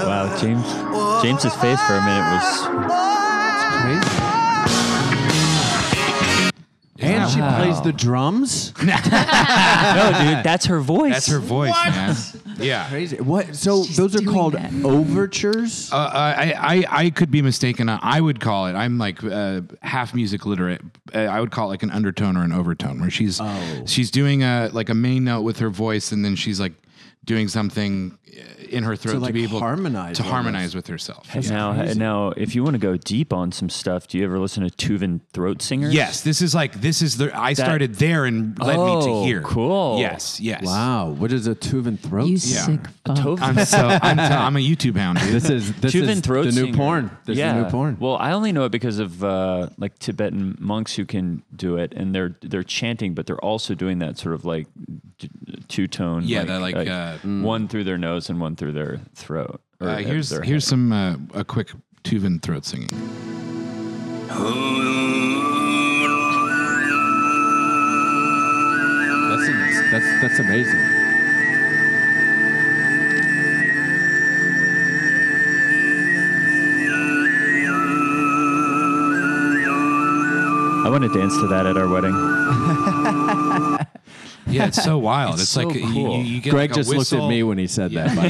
S7: Wow, James. James's face for a minute was.
S3: And she plays the drums.
S7: No, dude, that's her voice.
S5: That's her voice, man. Yeah.
S3: Crazy. What? So those are
S6: doing
S3: called
S6: that.
S3: overtures.
S5: Uh, I, I I could be mistaken. I- I would call it. I'm like uh, half music literate. Uh, I would call it like an undertone or an overtone, where she's
S3: Oh.
S5: she's doing a like a main note with her voice, and then she's like doing something uh, in her throat to,
S3: like,
S5: be able
S3: harmonize
S5: to
S3: almost.
S5: harmonize with herself.
S7: And Now, now, if you want to go deep on some stuff, do you ever listen to Tuvan throat singers?
S5: Yes, this is like this is the I started there and led me
S7: Oh,
S5: to here.
S7: cool.
S5: Yes, yes.
S3: Wow. What is a Tuvan throat?
S6: You
S5: Yeah.
S6: sick
S7: Uh,
S6: fuck.
S5: I'm so I'm, t- I'm a YouTube hound. Dude.
S3: This is this
S7: Tuvan
S3: is
S7: throat
S3: the new
S7: singer.
S3: porn. This
S7: yeah.
S3: is the new porn.
S7: Well, I only know it because of uh, like Tibetan monks who can do it, and they're they're chanting, but they're also doing that sort of like two tone.
S5: Yeah, that, like, uh,
S7: one through their nose and one through their throat. or
S5: Uh, here's
S7: their
S5: here's some uh, a quick Tuvan throat singing.
S3: That's that's that's amazing.
S7: head. I want to dance to that at our wedding.
S5: Yeah, it's so wild. It's,
S7: It's so
S5: like you-
S7: cool.
S5: you, you get
S3: Greg
S5: like a
S3: just looked at
S5: whistle.
S3: me when he said that. By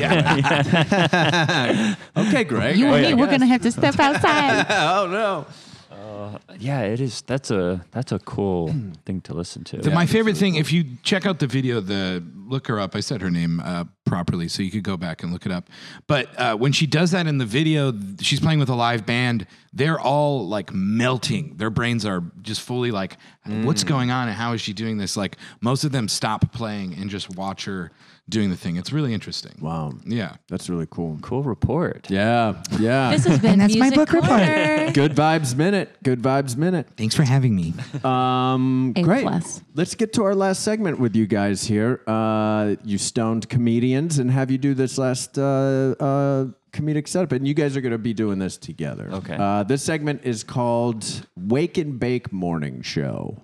S3: the way. okay, Greg.
S6: you and me,
S3: I
S6: we're
S3: guess.
S6: gonna have to step outside.
S3: Oh no.
S7: Yeah, it is. That's a that's a cool thing to listen to.
S5: The- my favorite thing, if you check out the video, the look her up. I said her name uh, properly, so you could go back and look it up. But uh, when she does that in the video, th- she's playing with a live band. They're all like melting. Their brains are just fully like, what's
S3: Mm.
S5: going on and how is she doing this? Like most of them stop playing and just watch her doing the thing. It's really interesting.
S3: Wow.
S5: Yeah.
S3: That's really cool.
S7: cool report.
S3: Yeah. Yeah.
S6: This has been
S4: And that's my
S6: Music
S4: book report.
S6: Corner.
S3: Good vibes minute. Good vibes minute.
S5: Thanks for having me.
S3: Um,
S6: A
S3: great.
S6: plus.
S3: Let's get to our last segment with you guys here. Uh, you stoned comedians, and have you do this last uh, uh, comedic setup, and you guys are going to be doing this together.
S7: Okay.
S3: Uh, this segment is called Wake and Bake Morning Show.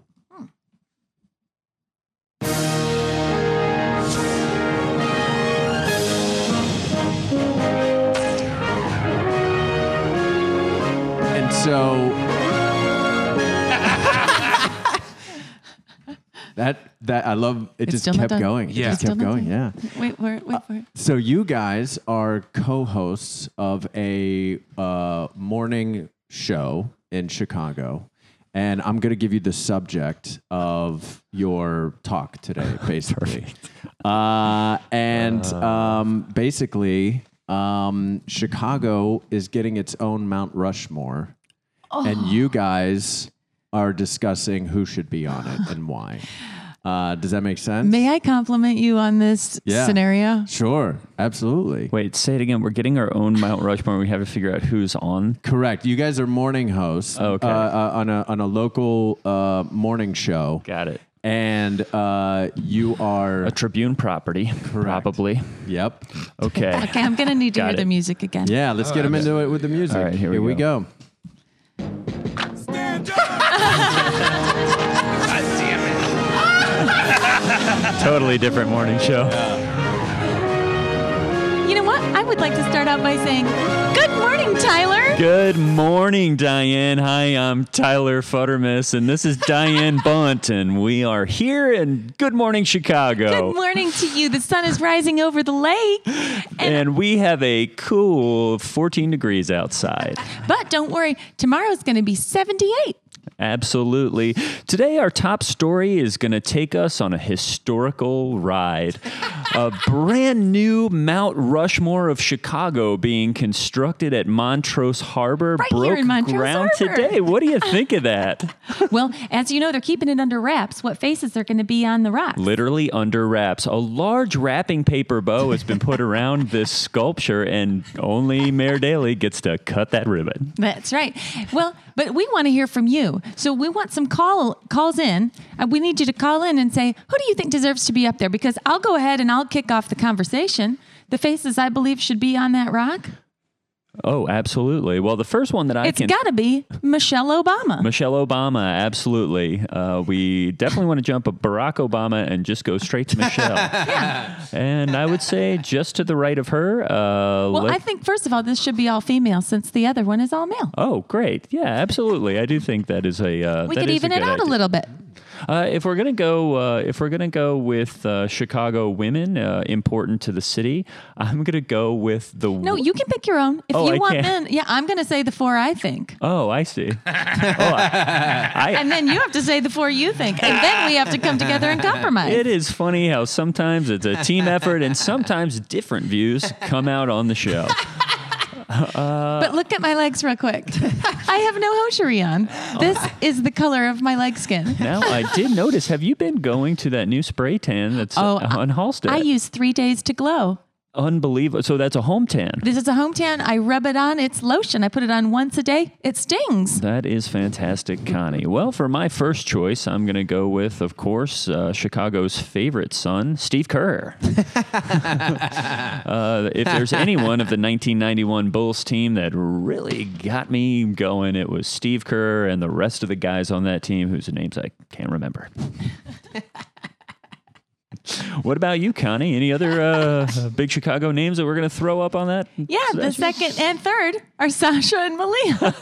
S3: And so That that I love. It
S6: It's
S3: just
S6: still not
S3: kept
S6: done.
S3: going. it
S5: Yeah.
S3: just
S6: Still
S3: kept
S6: not
S3: going. Yeah.
S6: done. Wait for it. Wait for it.
S3: So you guys are co-hosts of a uh, morning show in Chicago, and I'm going to give you the subject of your talk today, basically. uh, and um, basically, um, Chicago is getting its own Mount Rushmore, and
S6: Oh.
S3: you guys are discussing who should be on it and why. Uh, does that make sense?
S6: May I compliment you on this
S3: Yeah.
S6: scenario?
S3: Sure, absolutely.
S7: Wait, say it again. We're getting our own Mount Rushmore. We have to figure out who's on.
S3: Correct. You guys are morning hosts
S7: Oh, Okay.
S3: uh, uh, on a on a local uh, morning show,
S7: Got it.
S3: and uh, you are
S7: A Tribune property, probably.
S3: yep.
S7: Okay.
S6: Okay, I'm gonna need to
S7: Got
S6: hear the
S7: it.
S6: music again.
S3: Yeah, let's get them into it with the music.
S7: Oh, All right, here we
S3: we
S7: go.
S3: go.
S7: totally different morning show.
S6: I would like to start out by saying, Good morning, Tyler.
S7: Good morning, Diane. Hi, I'm Tyler Futtermus, and this is Diane Bunt, and we are here in Good Morning Chicago.
S6: Good morning to you. The sun is rising over the lake.
S7: And we have a cool 14 degrees outside.
S6: But don't worry, tomorrow's going to be 78.
S7: Absolutely. Today, our top story is going to take us on a historical ride. a brand new Mount Rushmore of Chicago being constructed at Montrose Harbor
S6: Right here
S7: broke
S6: in Montrose
S7: ground
S6: Harbor.
S7: today. What do you think of that?
S6: well, as you know, they're keeping it under wraps. What faces are going to be on the rock?
S7: Literally under wraps. A large wrapping paper bow has been put around this sculpture, and only Mayor Daley gets to cut that ribbon.
S6: That's right. Well, but we want to hear from you. So we want some call calls in. Uh, we need you to call in and say, who do you think deserves to be up there? Because I'll go ahead and I'll kick off the conversation. The faces I believe should be on that rock.
S7: Oh, absolutely. Well, the first one that I
S6: it's
S7: can.
S6: got to be Michelle Obama.
S7: Michelle Obama, absolutely. Uh, we definitely want to jump a Barack Obama and just go straight to Michelle. And I would say just to the right of her. Uh,
S6: well,
S7: let-
S6: I think first of all, this should be all female since the other one is all male.
S7: oh, great. Yeah, absolutely. I do think that is a. Uh,
S6: We
S7: that
S6: could
S7: is
S6: even
S7: a
S6: it
S7: good
S6: out a
S7: idea.
S6: little bit.
S7: Uh, if we're gonna go, uh, if we're gonna go with uh, Chicago women uh, important to the city, I'm gonna go with the.
S6: No, you can pick your own if
S7: Oh,
S6: you
S7: I
S6: want
S7: can't.
S6: men. Yeah, I'm going to say the four I think.
S7: Oh, I see. oh, I, I-
S6: And then you have to say the four you think. And then we have to come together and compromise.
S7: It is funny how sometimes it's a team effort and sometimes different views come out on the show. uh,
S6: But look at my legs real quick. I have no hosiery on. This is the color of my leg skin.
S7: Now, I did notice have you been going to that new spray tan that's
S6: Oh,
S7: oh, on Halstead?
S6: I use three days to glow.
S7: Unbelievable. So that's a home tan.
S6: This is a hometown. I rub it on. It's lotion. I put it on once a day. It stings.
S7: That is fantastic, Connie. Well, for my first choice, I'm going to go with, of course, uh, Chicago's favorite son, Steve Kerr. uh, if there's anyone of the 1991 Bulls team that really got me going, it was Steve Kerr and the rest of the guys on that team whose names I can't remember. What about you, Connie? Any other uh, big Chicago names that we're going to throw up on that?
S6: Yeah, the second and third are Sasha and Malia.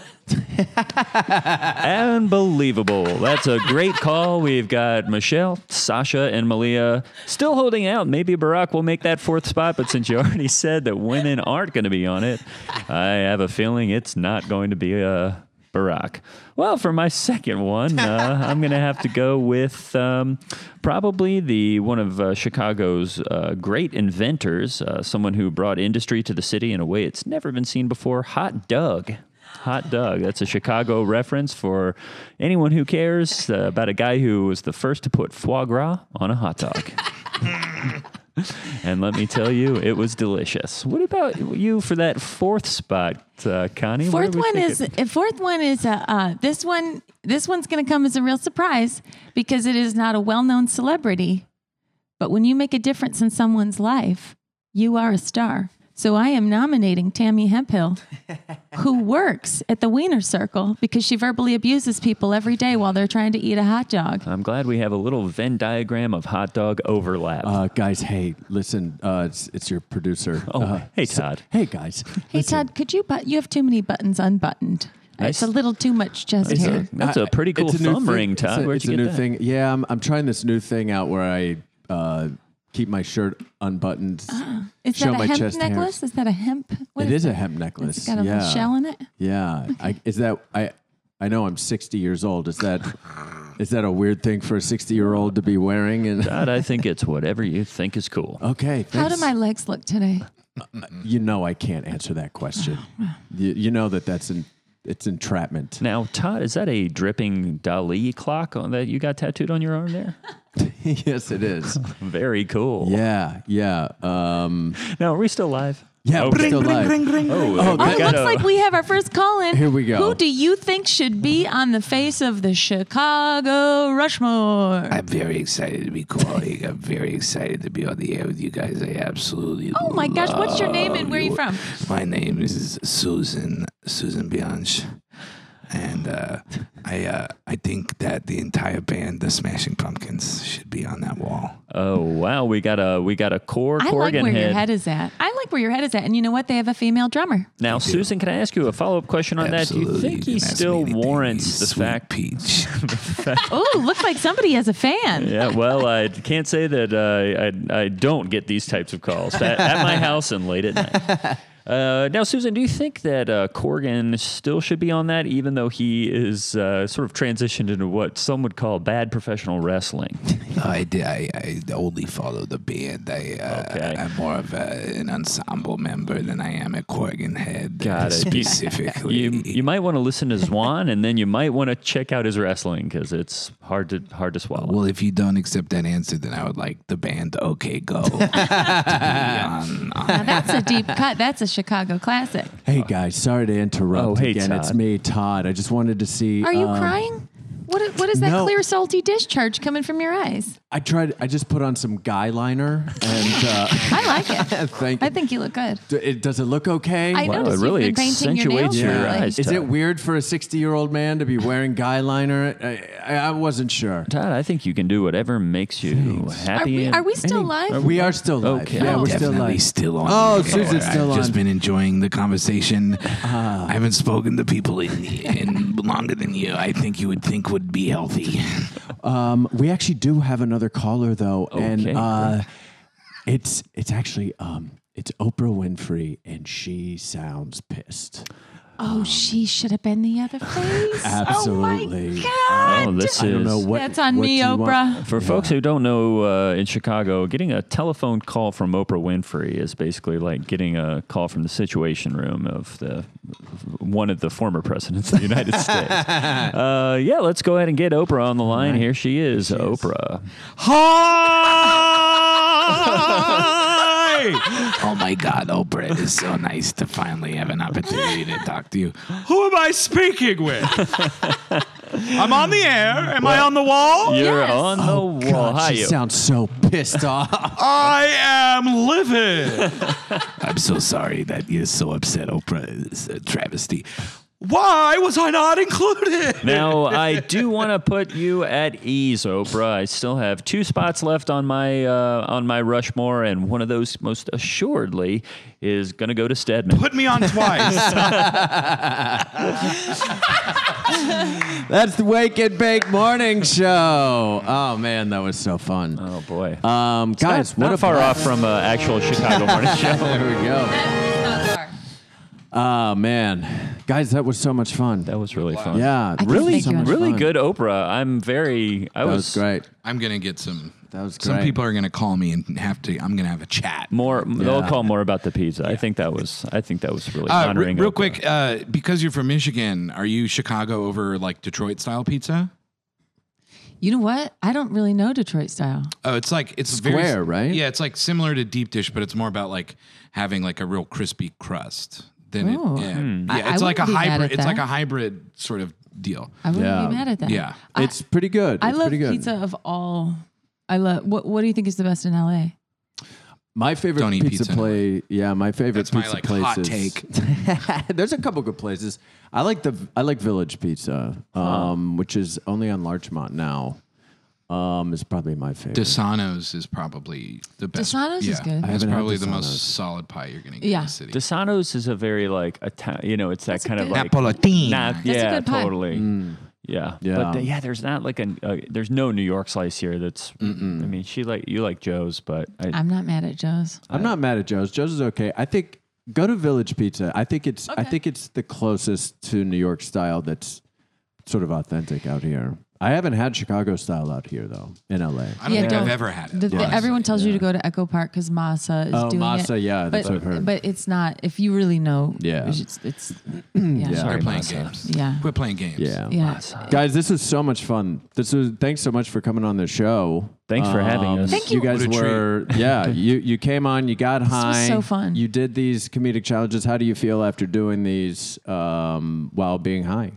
S7: Unbelievable. That's a great call. We've got Michelle, Sasha, and Malia still holding out. Maybe Barack will make that fourth spot, but since you already said that women aren't going to be on it, I have a feeling it's not going to be uh, Barack. Well, for my second one, uh, I'm going to have to go with um, probably the one of uh, Chicago's uh, great inventors, uh, someone who brought industry to the city in a way it's never been seen before, Hot Doug. Hot Doug. That's a Chicago reference for anyone who cares uh, about a guy who was the first to put foie gras on a hot dog. and let me tell you, it was delicious. What about you for that fourth spot, uh, Connie? What
S6: Fourth
S7: are we
S6: one is
S7: thinking?
S6: uh, fourth one is uh, uh, this one. This one's going to come as a real surprise because it is not a well-known celebrity. But when you make a difference in someone's life, you are a star. So I am nominating Tammy Hemphill, who works at the Wiener Circle because she verbally abuses people every day while they're trying to eat a hot dog.
S7: I'm glad we have a little Venn diagram of hot dog overlap.
S3: Uh, guys, hey, listen, uh, it's, it's your producer.
S7: Oh,
S3: Uh,
S7: hey,
S3: so-
S7: Todd.
S3: hey, guys.
S6: Hey
S3: listen,
S6: Todd, could you but you have too many buttons unbuttoned.
S7: I
S6: It's a
S7: s-
S6: little too much chest
S7: It's a-
S6: hair.
S7: That's a
S3: I-
S7: pretty cool
S3: Uh, it's a new
S7: thumb
S3: thing.
S7: ring,
S3: It's
S7: Todd.
S3: a-
S7: Where'd
S3: it's
S7: you
S3: a
S7: get
S3: new
S7: that?
S3: thing. Yeah, I'm, I'm trying this new thing out where I uh, keep my shirt unbuttoned.
S6: Uh-uh. Is
S3: show
S6: that a
S3: my
S6: hemp
S3: chest hairs.
S6: necklace? Is that a hemp? What
S3: it is
S6: that?
S3: a hemp necklace.
S6: It's got a
S3: yeah.
S6: little shell in it.
S3: Yeah. I, is that I? I know I'm 60 years old. Is that is that a weird thing for a 60 year old to be wearing? And
S7: Todd, I think it's whatever you think is cool.
S3: okay,
S6: How do
S3: thanks.
S6: my legs look today?
S3: You know I can't answer that question.
S6: Oh,
S3: you, you know that that's an it's entrapment.
S7: Now, Todd, is that a dripping Dali clock on, that you got tattooed on your arm there?
S3: yes, it is.
S7: Very cool.
S3: Yeah, yeah, um,
S7: Now, are we still live?
S3: yeah. we're still live.
S7: Oh,
S6: Oh, it
S7: we
S6: looks
S7: gotta-
S6: like we have our first call in.
S3: Here we go.
S6: Who do you think should be on the face of the Chicago Rushmore?
S4: I'm very excited to be calling. I'm very excited to be on the air with you guys. I absolutely.
S6: Oh my gosh, what's your name and
S4: love
S6: where are you from?
S4: My name is Susan Susan Bianch.
S11: and uh, I uh, I think that the entire band, the Smashing Pumpkins, should be on that wall.
S7: Oh wow, we got a we got a core
S6: I like
S7: Corgan
S6: where
S7: head.
S6: your head is at. I like where your head is at. And you know what? They have a female drummer.
S7: now, Susan, can I ask you a follow up question on that? Do you
S11: Absolutely,
S7: think
S11: you
S7: he
S11: can ask
S7: still warrants the fact?
S11: Peach.
S6: oh, looks like somebody has a fan.
S7: yeah, well, I can't say that uh, I I don't get these types of calls at, at my house and late at night. Uh, now, Susan, do you think that uh, Corgan still should be on that, even though he is uh, sort of transitioned into what some would call bad professional wrestling?
S11: I, did, I I only follow the band. I uh, I'm more of a, an ensemble member than I am a Corgan head. uh,
S7: Got it.
S11: specifically.
S7: You, you, you might want to listen to Zwan, and then you might want to check out his wrestling because it's hard to hard to swallow.
S11: Well, if you don't accept that answer, then I would like the band OK Go. to be on, on
S6: Now, that's a deep cut. That's a Chicago classic.
S3: Hey guys, sorry to interrupt
S7: Oh, hey,
S3: again. It's
S7: Todd.
S3: me, Todd. I just wanted to see.
S6: Are you
S3: um,
S6: crying? What, i- what is that
S3: No.
S6: clear, salty discharge coming from your eyes?
S3: I tried. I just put on some guy liner, and uh,
S6: I like it.
S3: thank you.
S6: I think you look good.
S3: D- it, does it look okay?
S6: I Wow, noticed it you've really been painting your nails accentuates your lately. eyes,
S3: Is it
S7: Todd.
S3: weird for a 60 year old man to be wearing guy liner? I, I, I wasn't sure.
S7: Todd, I think you can do whatever makes you
S6: Are
S7: happy.
S6: we,
S7: and-
S6: are we still live?
S3: We are still live.
S7: Okay.
S3: Yeah,
S11: I'm
S3: we're still
S11: definitely
S3: live.
S11: still on.
S3: Oh,
S11: the air.
S3: Susan's still
S11: I've
S3: on. Uh-huh.
S11: just been enjoying the conversation. I haven't spoken to people in, in longer than you. I think you would think would be healthy.
S3: Um, we actually do have another caller though,
S7: Okay,
S3: and uh, it's it's actually um, it's Oprah Winfrey, and she sounds pissed.
S6: Oh, she should have been the other
S11: Oh
S6: face.
S3: Absolutely.
S6: Oh my God.
S7: Oh, this
S3: I don't know
S7: is-
S3: what.
S6: That's on
S3: what
S6: me,
S3: you want-
S6: Oprah.
S7: For folks who don't know, uh, in Chicago, getting a telephone call from Oprah Winfrey is basically like getting a call from the Situation Room of the one of the former presidents of the United States. Uh, yeah, let's go ahead and get Oprah on the line. Here she is, Oprah.
S4: Hi!
S11: Oh my God, Oprah! It is so nice to finally have an opportunity to talk to you.
S4: Who am I speaking with? I'm on the air. Am I on the wall?
S7: You're
S6: Yes.
S7: on the
S3: Oh,
S7: wall.
S3: God,
S7: Hi,
S3: she
S7: you.
S3: sounds so pissed off.
S4: I am livid.
S11: I'm so sorry that you're so upset, Oprah. It's a travesty.
S4: Why was I not included?
S7: now I do want to put you at ease, Oprah. I still have two spots left on my uh, on my Rushmore, and one of those most assuredly is going to go to Stedman.
S4: Put me on twice.
S3: That's the Wake and Bake Morning Show. Oh man, that was so fun.
S7: oh boy.
S3: Um, guys,
S7: Not-
S3: what
S7: not
S3: a
S7: far off from uh, actual Chicago morning show.
S3: There we go. Oh man, guys, that was so much fun.
S7: That was really fun.
S3: yeah,
S6: I
S7: Really,
S6: Thank you.
S7: really
S3: fun.
S7: good Oprah. I'm very. I
S3: That was
S7: was,
S3: great.
S5: I'm gonna get some.
S3: That was
S5: Some
S3: great.
S5: people are gonna call me and have to. I'm gonna have a chat.
S7: More. They'll
S3: Yeah.
S7: call more about the pizza. I think that was. I think that was really
S5: Uh, re-
S7: honoring.
S5: real
S7: Oprah.
S5: quick, uh, because you're from Michigan, are you Chicago over like Detroit style pizza?
S6: You know what? I don't really know Detroit style.
S5: Oh, it's like it's
S3: Square,
S5: very,
S3: right?
S5: Yeah, it's like similar to deep dish, but it's more about like having like a real crispy crust. Than it,
S6: Oh.
S5: yeah,
S3: hmm.
S6: I-
S5: yeah
S6: I
S5: it's like a
S6: wouldn't be mad
S5: hybrid.
S6: at
S5: It's like
S6: that.
S5: a hybrid sort of deal.
S6: I wouldn't
S3: Yeah.
S6: be mad at that.
S5: Yeah.
S6: I-
S3: It's pretty good.
S6: I
S3: It's
S6: love
S3: pretty good.
S6: pizza of all. I love. What What do you think is the best in LA?
S3: My favorite
S5: Don't eat
S3: pizza,
S5: pizza
S3: place. Yeah, my favorite
S5: That's my,
S3: pizza
S5: like,
S3: places.
S5: hot take.
S3: There's a couple good places. I like the I like Village Pizza, um, which is only on Larchmont now. Um, is probably my favorite.
S5: Desano's is probably the best.
S6: Desano's is good. I
S5: It's
S3: haven't had
S5: probably the
S3: Desano's.
S5: most solid pie you're gonna get
S6: Yeah.
S5: in the city.
S7: Desano's is a very like Italian. You know, it's that
S6: That's a
S7: kind of
S6: good-
S7: like
S5: Napolitano.
S7: Nah,
S6: a
S7: yeah,
S6: good pie.
S7: totally. Yeah,
S3: Yeah.
S7: But the- yeah, there's not like a. Uh, there's no New York slice here. That's. I mean, she like you like Joe's, but I,
S6: I'm not mad at Joe's.
S3: I'm not mad at Joe's. Joe's is okay. I think go to Village Pizza. I think it's I think it's the closest to New York style that's sort of authentic out here. I haven't had Chicago style out here though in LA.
S5: I don't
S6: Yeah,
S5: think
S6: don't-
S5: I've ever had it.
S6: The- the-
S5: honestly.
S6: everyone tells you to go to Echo Park because Masa is
S3: Oh,
S6: doing
S3: Masa,
S6: it.
S3: yeah, that's
S6: but,
S3: what I've heard.
S6: But it's not. If you really know,
S3: Yeah.
S6: it's it's yeah.
S5: They're
S6: Sorry.
S5: playing games.
S6: Yeah.
S5: Quit playing games.
S3: Yeah.
S6: Yeah.
S3: Guys, this was so much fun. This was thanks so much for coming on the show. Um,
S7: Thanks for having us. Thank
S3: you.
S6: you.
S3: guys
S5: What a treat.
S3: were yeah. You you came on. You got
S6: was
S3: high.
S6: so fun.
S3: You did these comedic challenges. How do you feel after doing these um, while being high?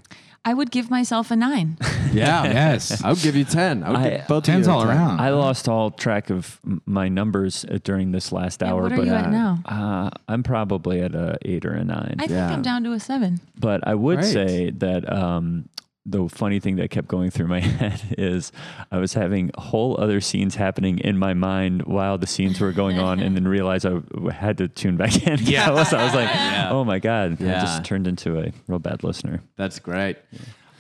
S6: I would give myself a nine.
S3: Yeah.
S5: yes.
S3: I would give you 10. I would give both
S5: Ten's
S3: of you a
S5: all
S3: 10.
S5: around.
S7: I lost all track of m- my numbers uh, during this last
S6: Yeah,
S7: hour.
S6: what are
S7: but
S6: you at
S7: uh,
S6: now?
S7: Uh, I'm probably at a eight or a nine.
S6: I think I'm down to a seven.
S7: But I would
S6: Great.
S7: say that um, the funny thing that kept going through my head is I was having whole other scenes happening in my mind while the scenes were going on, and then realized I w- had to tune back in.
S3: Yeah.
S7: I was, I was like,
S3: Yeah.
S7: oh my god, I
S3: Yeah.
S7: just turned into a real bad listener.
S3: That's great.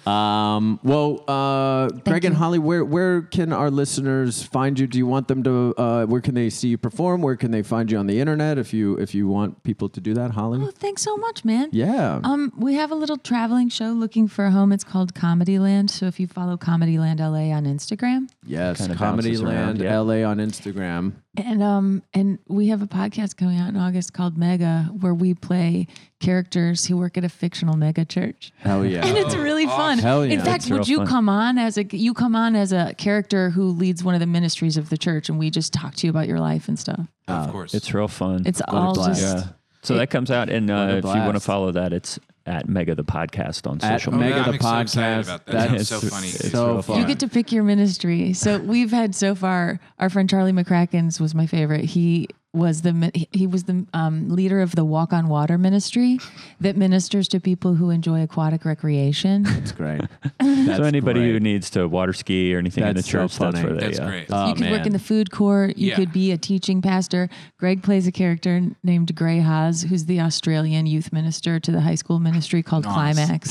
S3: Um, well, uh, Greg and Holly, where, where can our listeners find you? Do you want them to, uh, where can they see you perform? Where can they find you on the internet? If you, if you want people to do that, Holly?
S6: Oh, thanks so much, man.
S3: Yeah.
S6: Um, we have a little traveling show looking for a home. It's called Comedy Land. So if you follow Comedy Land LA on Instagram,
S3: Yes.
S7: Kinda
S3: Comedy
S7: bounces around,
S3: Land
S7: yeah.
S3: LA on Instagram.
S6: and um, and we have a podcast coming out in August called Mega, where we play characters who work at a fictional mega church.
S3: Hell yeah.
S6: and it's really fun.
S3: Hell yeah.
S6: In fact,
S7: That's Oh, real
S6: would you
S7: fun.
S6: come on as a you come on as a character who leads one of the ministries of the church, and we just talk to you about your life and stuff.
S5: of course.
S7: It's real fun.
S6: It's
S3: What a
S6: all
S3: blast.
S6: just
S7: yeah. So
S6: it-
S7: that comes out, and uh,
S3: a
S7: if you want to
S3: blast.
S7: follow that, it's at Mega the Podcast on
S3: At
S7: social media.
S3: Mega
S5: yeah,
S3: the
S5: I'm so excited
S3: Podcast.
S5: about that.
S3: That's
S5: Sounds so funny. It's
S3: So
S7: real
S3: fun.
S7: fun.
S6: You get to pick your ministry. So we've had so far. Our friend Charlie McCracken's was my favorite. He was the mi- he- he was the um, leader of the Walk on Water ministry that ministers to people who enjoy aquatic recreation.
S3: That's great.
S7: so anybody who
S3: great.
S7: needs to water ski or anything in the
S3: That's so
S7: church, that's
S3: funny.
S7: where they.
S5: That's
S7: uh,
S5: great.
S3: Oh,
S6: you could
S3: man.
S6: work in the food court. You
S5: Yeah.
S6: could be a teaching pastor. Greg plays a character named Gray Haas, who's the Australian youth minister to the high school ministry called Climax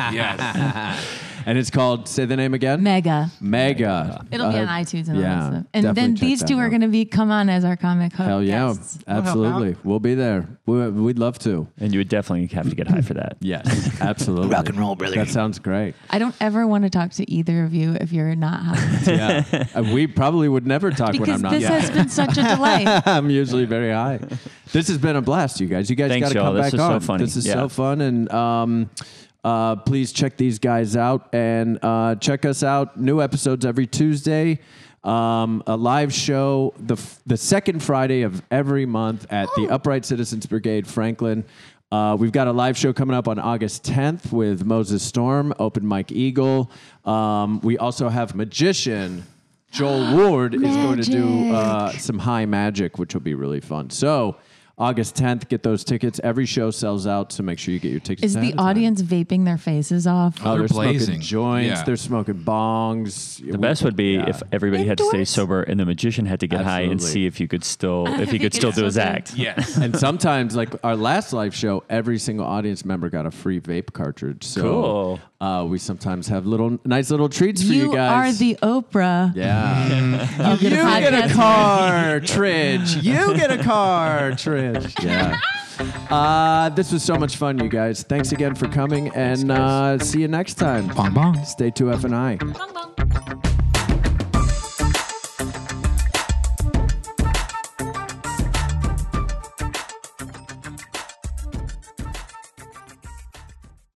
S5: yes.
S3: and it's called, say the name again.
S6: Mega.
S3: Mega.
S6: It'll be
S3: Uh,
S6: on iTunes and all
S3: yeah,
S6: that stuff. And
S3: definitely
S6: then
S3: check
S6: these
S3: that
S6: two are
S3: out.
S6: going to be come on as our comic host.
S3: Hell yeah.
S6: guests.
S3: Absolutely. We'll be there. We, we'd love to.
S7: And you would definitely have to get high for that.
S3: Yes, absolutely.
S11: Rock and roll, brother.
S3: That sounds great.
S6: I don't ever want to talk to either of you if you're not high.
S3: Yeah. Uh, we probably would never talk when
S6: because
S3: I'm not.
S6: this has been such a delight.
S3: I'm usually very high. This has been a blast, you guys. You guys
S7: Thanks,
S3: got to come
S7: y'all.
S3: back
S7: This was so
S3: on.
S7: funny.
S3: This is
S7: Yeah.
S3: so fun, and um, uh, please check these guys out and uh, check us out. New episodes every Tuesday. Um, a live show the f- the second Friday of every month at the Upright Citizens Brigade, Franklin. Uh, we've got a live show coming up on August 10th with Moses Storm, Open Mike Eagle. Um, we also have magician Joel Ward is going to do uh, some high magic, which will be really fun. So, August 10th, get those tickets. Every show sells out, so make sure you get your tickets.
S6: Is
S3: ahead
S6: the
S3: of time.
S6: audience vaping their faces off?
S3: Oh, they're,
S5: They're
S3: smoking
S5: blazing.
S3: joints.
S5: Yeah.
S3: They're smoking bongs.
S7: The best would be if everybody had to stay
S6: Indoors?
S7: sober and the magician had to get high and
S3: Absolutely.
S7: see if you could still if
S6: If
S7: you
S6: he
S7: could
S6: could
S7: still do
S6: still
S7: his
S6: do it.
S7: act.
S5: Yes.
S3: and sometimes, like our last live show, every single audience member got a free vape cartridge. So
S7: Cool.
S3: uh, we sometimes have little nice little treats for you,
S6: you are
S3: guys.
S6: the Oprah.
S3: yeah.
S6: of the
S3: you get a
S6: podcast.
S3: cartridge. You get a cartridge. Yeah. Uh, this was so much fun, you guys. Thanks again for coming, and uh, see you next time.
S5: Bong bong.
S3: Stay 2F and I.
S2: Bong bong.